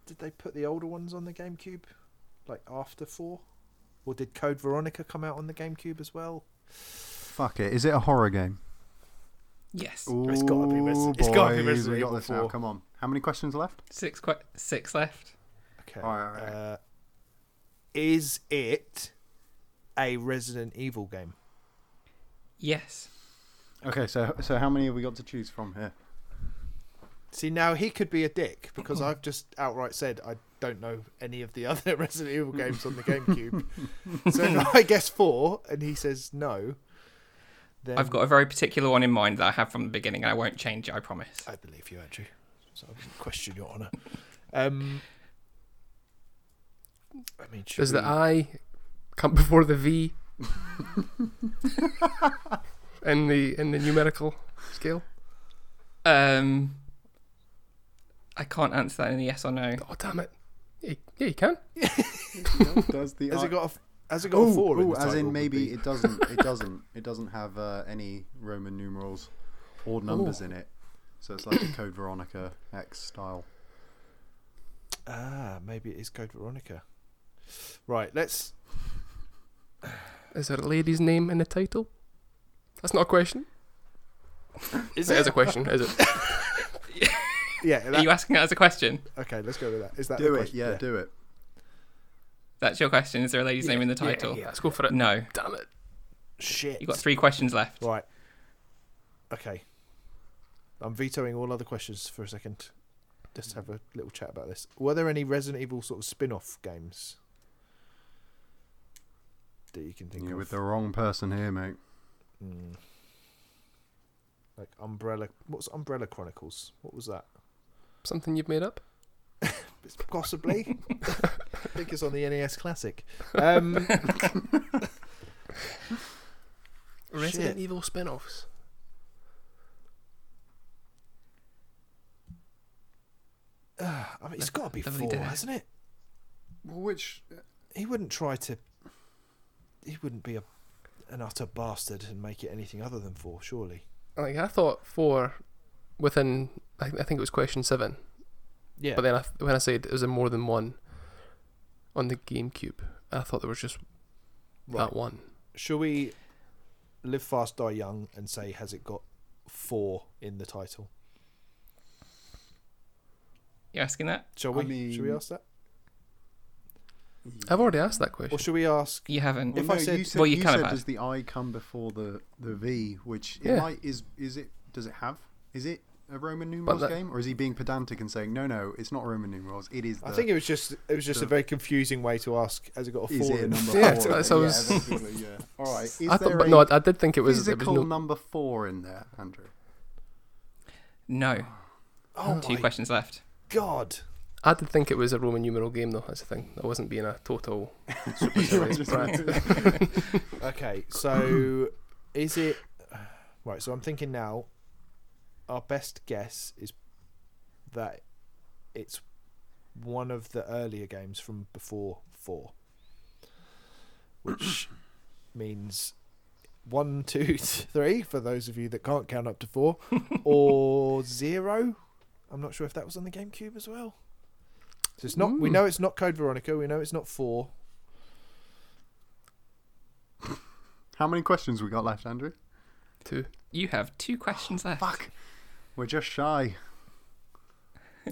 Speaker 1: did they put the older ones on the GameCube? Like after 4? Or did Code Veronica come out on the GameCube as well?
Speaker 2: Fuck it. Is it a horror game?
Speaker 3: Yes.
Speaker 1: It's gotta be Resident-
Speaker 2: Ooh,
Speaker 1: it's gotta be
Speaker 2: boys,
Speaker 1: Resident
Speaker 2: we got
Speaker 1: Evil
Speaker 2: this now.
Speaker 1: 4.
Speaker 2: Come on. How many questions left?
Speaker 3: Six que- six left.
Speaker 1: Okay.
Speaker 2: All right, all right.
Speaker 1: Uh, is it a Resident Evil game?
Speaker 3: Yes.
Speaker 2: Okay, so so how many have we got to choose from here?
Speaker 1: See, now he could be a dick because I've just outright said I don't know any of the *laughs* other Resident Evil games on the
Speaker 2: *laughs*
Speaker 1: GameCube. so if I guess four, and he says no. Then
Speaker 3: I've got a very particular one in mind that I have from the beginning and I won't change it, I promise.
Speaker 1: I believe you, Andrew. So I wouldn't question your honour. Um, I mean, should
Speaker 4: Does the
Speaker 1: we-
Speaker 4: I come *laughs* before
Speaker 1: *laughs*
Speaker 4: the V in the in the numerical scale?
Speaker 3: Um I can't answer that in a yes or no.
Speaker 4: Oh damn it! Yeah, yeah you can.
Speaker 2: *laughs* Does the
Speaker 1: has
Speaker 2: I-
Speaker 1: it got a f- has it got a
Speaker 2: Ooh,
Speaker 1: four? in
Speaker 2: ooh,
Speaker 1: the
Speaker 2: as
Speaker 1: title
Speaker 2: in
Speaker 1: would
Speaker 2: maybe
Speaker 1: be-
Speaker 2: it doesn't. It doesn't. It doesn't have uh, any Roman numerals or numbers in it. So it's like a Code Veronica X style.
Speaker 1: Ah, maybe it is Code Veronica. Right, let's.
Speaker 4: Is there a lady's name in the title? That's not a question.
Speaker 1: Is
Speaker 4: That is a question, is it?
Speaker 2: *laughs*
Speaker 1: Yeah.
Speaker 3: Are
Speaker 1: That,
Speaker 3: you asking that as a question?
Speaker 1: okay, let's go with that. Is that
Speaker 2: Do
Speaker 1: the
Speaker 2: it.
Speaker 1: question?
Speaker 2: Yeah, do it.
Speaker 3: That's your question. Is there a lady's name in the
Speaker 4: Yeah,
Speaker 3: title?
Speaker 4: yeah, let's go for it.
Speaker 3: No.
Speaker 4: Damn it!
Speaker 1: Shit.
Speaker 3: You've got three questions left.
Speaker 1: Right. Okay. I'm vetoing all other questions for a second. Just have a little chat about this. Were there any Resident Evil sort of spin-off games that you can think
Speaker 2: You're
Speaker 1: of?
Speaker 2: with the wrong person here, mate.
Speaker 1: Mm. Like Umbrella. What's Umbrella Chronicles? What was that?
Speaker 4: Something you've made up?
Speaker 1: It's
Speaker 2: *laughs*
Speaker 1: possibly. *laughs* I think it's on the NES Classic. Um, *sighs*
Speaker 4: Resident
Speaker 1: Shit.
Speaker 4: Evil spin-offs.
Speaker 1: ah, I mean, it's got to be
Speaker 3: Lovely
Speaker 1: four,
Speaker 3: dinner.
Speaker 1: hasn't it?
Speaker 2: Well, which
Speaker 1: he wouldn't try to he wouldn't be a an utter bastard and make it anything other than four surely
Speaker 4: Like I thought four within. I, I think it was question seven.
Speaker 1: yeah
Speaker 4: But then I, when I said it was a more than one on the GameCube, I thought there was just
Speaker 1: right.
Speaker 4: that one.
Speaker 1: shall we live fast die young and say has it got four in the title
Speaker 3: You're asking that?
Speaker 1: shall
Speaker 2: I
Speaker 1: we shall we
Speaker 2: mean-
Speaker 1: ask that
Speaker 4: I've already asked that question.
Speaker 1: or shall we ask
Speaker 3: You haven't.
Speaker 1: If I said-
Speaker 2: you said,
Speaker 3: well, you
Speaker 2: you
Speaker 3: kind of
Speaker 2: said
Speaker 3: have.
Speaker 2: does the I come before the the V? Which it
Speaker 4: Yeah.
Speaker 2: might is is it? Does it have? Is it a Roman numerals
Speaker 4: that-
Speaker 2: game, or is he being pedantic and saying no, no, it's not Roman numerals. It is. The,
Speaker 1: i think it was just it was just a
Speaker 2: the-
Speaker 1: very confusing way to ask has it got a
Speaker 2: is
Speaker 1: four
Speaker 2: it a
Speaker 1: in the
Speaker 2: number
Speaker 1: title?
Speaker 2: four? in
Speaker 4: Yeah, that's
Speaker 2: there?
Speaker 4: what I
Speaker 2: *laughs*
Speaker 4: was-
Speaker 2: Yeah, basically, yeah. All *laughs* right. Is
Speaker 4: I
Speaker 2: there
Speaker 4: thought, but
Speaker 2: a
Speaker 4: no, I, I did think it was. It was
Speaker 2: physical
Speaker 4: no,
Speaker 2: number four in there, Andrew?
Speaker 3: No.
Speaker 1: oh
Speaker 3: Two
Speaker 1: my
Speaker 3: questions left.
Speaker 1: god
Speaker 4: I did think it was a Roman numeral game though. That's the thing. I wasn't being a total. superstitious brat. *laughs*
Speaker 1: okay so is it right so i'm thinking now our best guess is that it's one of the earlier games from before four which *coughs* means one *laughs* two three for those of you that can't count up to four or zero i'm not sure if that was on the gamecube as well so it's not we
Speaker 4: Mm.
Speaker 1: know it's not code veronica we know it's not four
Speaker 2: How many questions we got left, Andrew?
Speaker 4: Two.
Speaker 3: You have two questions left.
Speaker 2: Fuck. We're just shy.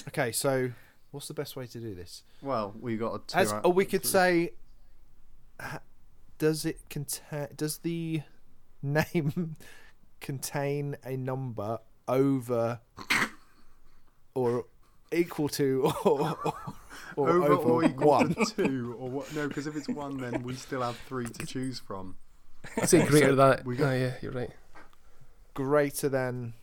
Speaker 1: okay so what's the best way to do this
Speaker 2: Well, we got a two.
Speaker 1: As,
Speaker 2: out
Speaker 1: or
Speaker 2: of
Speaker 1: oh, we could
Speaker 2: three.
Speaker 1: say, ha- does it contain? Does the *laughs* name contain a number over or equal to *laughs* or, or
Speaker 2: over,
Speaker 1: over,
Speaker 2: or equal
Speaker 1: one?
Speaker 2: to *laughs* two, or what? No, because if it's one, then we still have three to choose from.
Speaker 4: I say greater than that.
Speaker 2: we got-
Speaker 4: oh, yeah, you're right.
Speaker 1: Greater than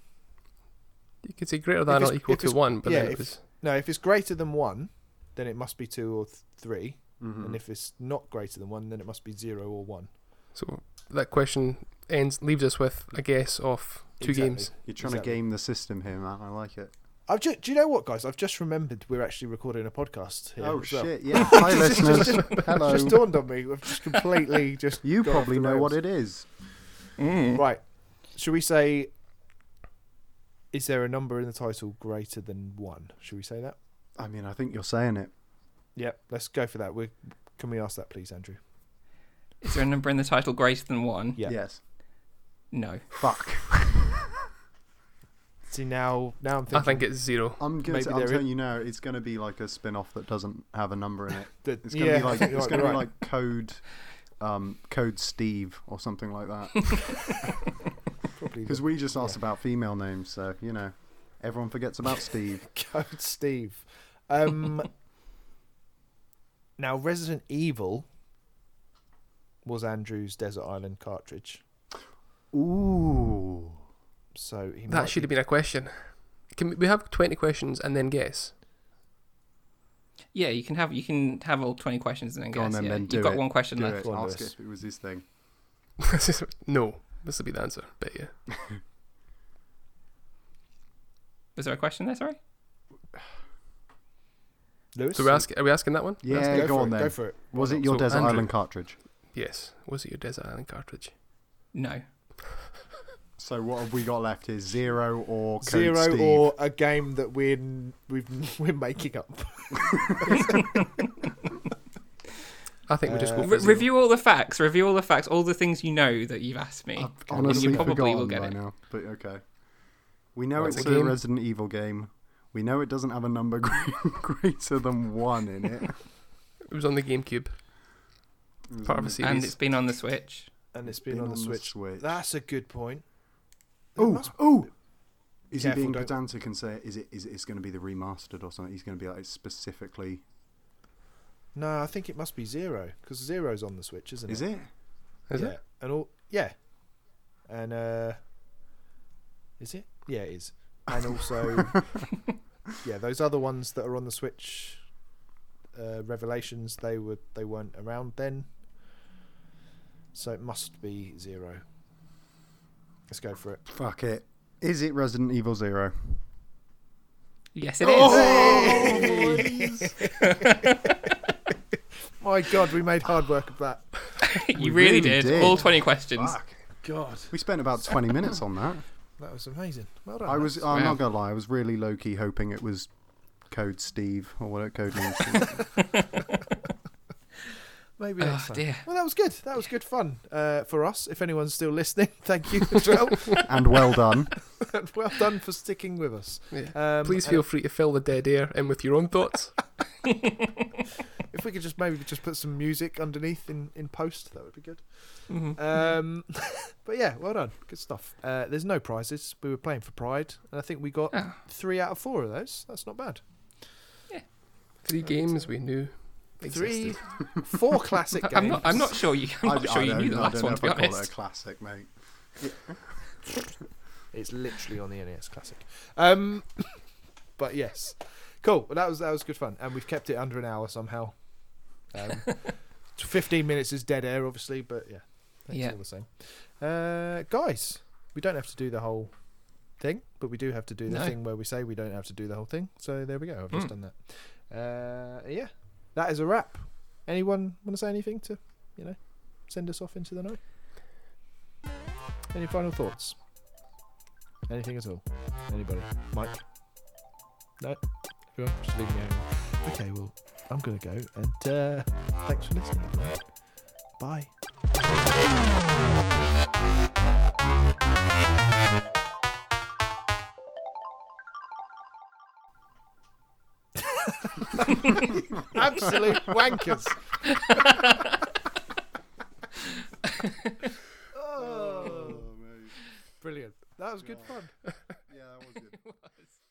Speaker 4: You could say greater than
Speaker 1: it's-
Speaker 4: or equal
Speaker 1: if
Speaker 4: to
Speaker 1: it's-
Speaker 4: one, but
Speaker 1: yeah,
Speaker 4: then
Speaker 1: if-
Speaker 4: it was.
Speaker 1: no. If it's greater than one, then it must be two or th- 3
Speaker 2: Mhm.
Speaker 1: and if it's not greater than one, then it must be zero or one.
Speaker 4: So that question ends leaves us with a guess of two
Speaker 1: Exactly.
Speaker 4: games.
Speaker 2: You're trying
Speaker 1: Exactly.
Speaker 2: to game the system here, man. I like it.
Speaker 1: I've ju- do you know what, guys? I've just remembered we're actually recording a podcast here.
Speaker 2: oh
Speaker 1: as well.
Speaker 2: shit!
Speaker 1: *laughs*
Speaker 2: Yeah. Hi, listeners.
Speaker 1: It's just
Speaker 2: Hello.
Speaker 1: dawned on me. I've just
Speaker 2: *laughs*
Speaker 1: completely just.
Speaker 2: You
Speaker 1: gone off
Speaker 2: probably
Speaker 1: the
Speaker 2: know what
Speaker 1: rails.
Speaker 2: it is.
Speaker 1: Right. Should we say? Is there a number in the title greater than one? Should we say that?
Speaker 2: I mean, I think you're saying it.
Speaker 1: Yep. Let's go for that. We can we ask that, please, Andrew?
Speaker 3: Is there a number in the title greater than one?
Speaker 1: Yeah.
Speaker 2: Yes.
Speaker 3: No.
Speaker 2: Fuck.
Speaker 1: See now, now I'm
Speaker 4: I
Speaker 1: thinking
Speaker 4: think it's zero.
Speaker 2: I'm gonna.
Speaker 1: Maybe
Speaker 2: T- I'm
Speaker 1: there
Speaker 2: telling you now, it's gonna be like a spin-off that doesn't have a number in it.
Speaker 1: that
Speaker 2: It's gonna
Speaker 1: yeah,
Speaker 2: be
Speaker 1: I *laughs*
Speaker 2: like
Speaker 1: think you
Speaker 2: it's
Speaker 1: might
Speaker 2: gonna
Speaker 1: right.
Speaker 2: be like code, um, code Steve or something
Speaker 1: *laughs*
Speaker 2: like that.
Speaker 1: Probably *laughs*
Speaker 2: Because
Speaker 1: the
Speaker 2: we just asked about female names, so you know, everyone forgets about Steve.
Speaker 1: code Steve. Um, *laughs* now Resident Evil was Andrew's Desert Island cartridge,
Speaker 2: Ooh.
Speaker 1: so he might
Speaker 4: That should have been a question. Can we- we have twenty questions and then guess? *laughs*
Speaker 3: Yeah, you can have you can have all twenty questions and then
Speaker 2: Go on
Speaker 3: guess.
Speaker 2: then,
Speaker 3: yeah.
Speaker 2: then, do
Speaker 3: You've got
Speaker 2: it,
Speaker 3: one question
Speaker 2: Do
Speaker 3: left.
Speaker 2: it.
Speaker 1: Go on,
Speaker 2: Ask
Speaker 1: Lewis.
Speaker 2: it. It was his thing.
Speaker 4: no, this will be the answer. Bet you.
Speaker 3: Was there a question there? Sorry.
Speaker 1: Lewis.
Speaker 4: So we're asking. Are we asking that one? We're
Speaker 2: Yeah,
Speaker 4: asking-
Speaker 2: go,
Speaker 1: go, for
Speaker 2: on
Speaker 1: it,
Speaker 2: then.
Speaker 1: Go for it.
Speaker 2: Was it
Speaker 4: not?
Speaker 2: your
Speaker 4: So,
Speaker 2: Desert
Speaker 4: Andrew.
Speaker 2: Island cartridge?
Speaker 4: Yes. Was it your desert island cartridge?
Speaker 3: No.
Speaker 2: So what have we got left here? Zero or code
Speaker 1: Zero
Speaker 2: Steve?
Speaker 1: or a game that we're we've, *laughs* we're making up.
Speaker 4: I think we just go
Speaker 1: Uh,
Speaker 4: for
Speaker 3: Re-
Speaker 4: zero.
Speaker 3: review all the facts. Review all the facts. All the things you know that you've asked me.
Speaker 2: I've
Speaker 3: and
Speaker 2: honestly
Speaker 3: you probably
Speaker 2: forgotten
Speaker 3: will get
Speaker 2: by
Speaker 3: it.
Speaker 2: now. But okay, we know
Speaker 4: Right,
Speaker 2: it's
Speaker 4: what
Speaker 2: a
Speaker 4: game?
Speaker 2: Resident Evil game. We know it doesn't have a number *laughs* greater than one in it.
Speaker 4: It was on the GameCube.
Speaker 2: It was
Speaker 4: Part of
Speaker 2: on
Speaker 4: a
Speaker 2: the-
Speaker 4: series.
Speaker 3: And it's been on the Switch.
Speaker 1: And it's been, on, the, Switch.
Speaker 2: Switch.
Speaker 1: That's a good point. It
Speaker 2: Oh,
Speaker 1: must-
Speaker 2: oh! Is
Speaker 1: Careful,
Speaker 2: he being
Speaker 1: don't-
Speaker 2: pedantic and say, is it is it, it's going to be the remastered or something? He's going to be like, it's specifically.
Speaker 1: No, I think it must be zero because zero's on the Switch, isn't it?
Speaker 2: Is it?
Speaker 4: Is
Speaker 1: yeah.
Speaker 4: it?
Speaker 1: And all yeah. And uh is it? Yeah, it is. And also yeah, those other ones that are on the Switch uh revelations, they were they weren't around then. So it must be zero. Let's go for it.
Speaker 2: Fuck it. Is it Resident Evil Zero?
Speaker 3: Yes, it is.
Speaker 2: Oh!
Speaker 1: My god, we made hard work of that.
Speaker 3: *laughs* you
Speaker 2: We
Speaker 3: really,
Speaker 2: really
Speaker 3: did.
Speaker 2: did.
Speaker 3: All twenty questions.
Speaker 2: Fuck.
Speaker 1: God.
Speaker 2: We spent *laughs* about 20 minutes on that.
Speaker 1: That was amazing. Well done.
Speaker 2: I
Speaker 1: mate.
Speaker 2: was. I'm
Speaker 3: Wow.
Speaker 2: not gonna lie. I was really low key hoping it was Code Steve or what code name. Steve.
Speaker 1: Maybe
Speaker 3: Oh
Speaker 1: next time.
Speaker 3: dear.
Speaker 1: Well, that was good. That was good fun uh, for us. If anyone's still listening, *laughs* thank you as well.
Speaker 2: *laughs* and well done.
Speaker 1: And *laughs* well done for sticking with us.
Speaker 4: *laughs* Yeah.
Speaker 1: Um,
Speaker 4: Please
Speaker 1: and
Speaker 4: feel free to fill the dead air in with your own thoughts.
Speaker 1: If we could just maybe just put some music underneath in, in post, that would be good.
Speaker 3: Mhm.
Speaker 2: Uh,
Speaker 1: Um, *laughs* but yeah, well done. Good stuff. Uh, there's no prizes. We were playing for pride, and I think we got
Speaker 3: Oh.
Speaker 1: three out of four of those. That's not bad.
Speaker 4: Three games we knew. Existed.
Speaker 1: Three, four classic games.
Speaker 3: I'm not. I'm not sure you. *laughs* I'm not sure you
Speaker 2: don't-
Speaker 3: knew the
Speaker 2: I
Speaker 3: last
Speaker 2: don't
Speaker 3: one.
Speaker 2: know
Speaker 3: To be
Speaker 2: if I call it
Speaker 3: honest.
Speaker 2: a classic,
Speaker 3: *laughs*
Speaker 2: mate.
Speaker 1: It's literally on the NES Classic. Um, *coughs* but yes, cool. Well, that was that was good fun, and we've kept it under an hour somehow. Um, Fifteen minutes is dead air, obviously, but yeah, it's
Speaker 3: Yeah.
Speaker 1: all the same. Uh, guys, we don't have to do the whole thing, but we do have to do the
Speaker 3: No.
Speaker 1: thing where we say we don't have to do the whole thing. So there we go. I've just
Speaker 3: Mm.
Speaker 1: done that. Uh, yeah, that is a wrap. Anyone want to say anything to, you know, send us off into the night? Any final thoughts? Anything at all? Anybody? Mike? No? Everyone? Just leave me hanging. Okay, well, I'm going to go. And uh, thanks for listening. everyone. Bye. Absolute wankers. oh, brilliant. That was good fun.
Speaker 2: Yeah, that was good.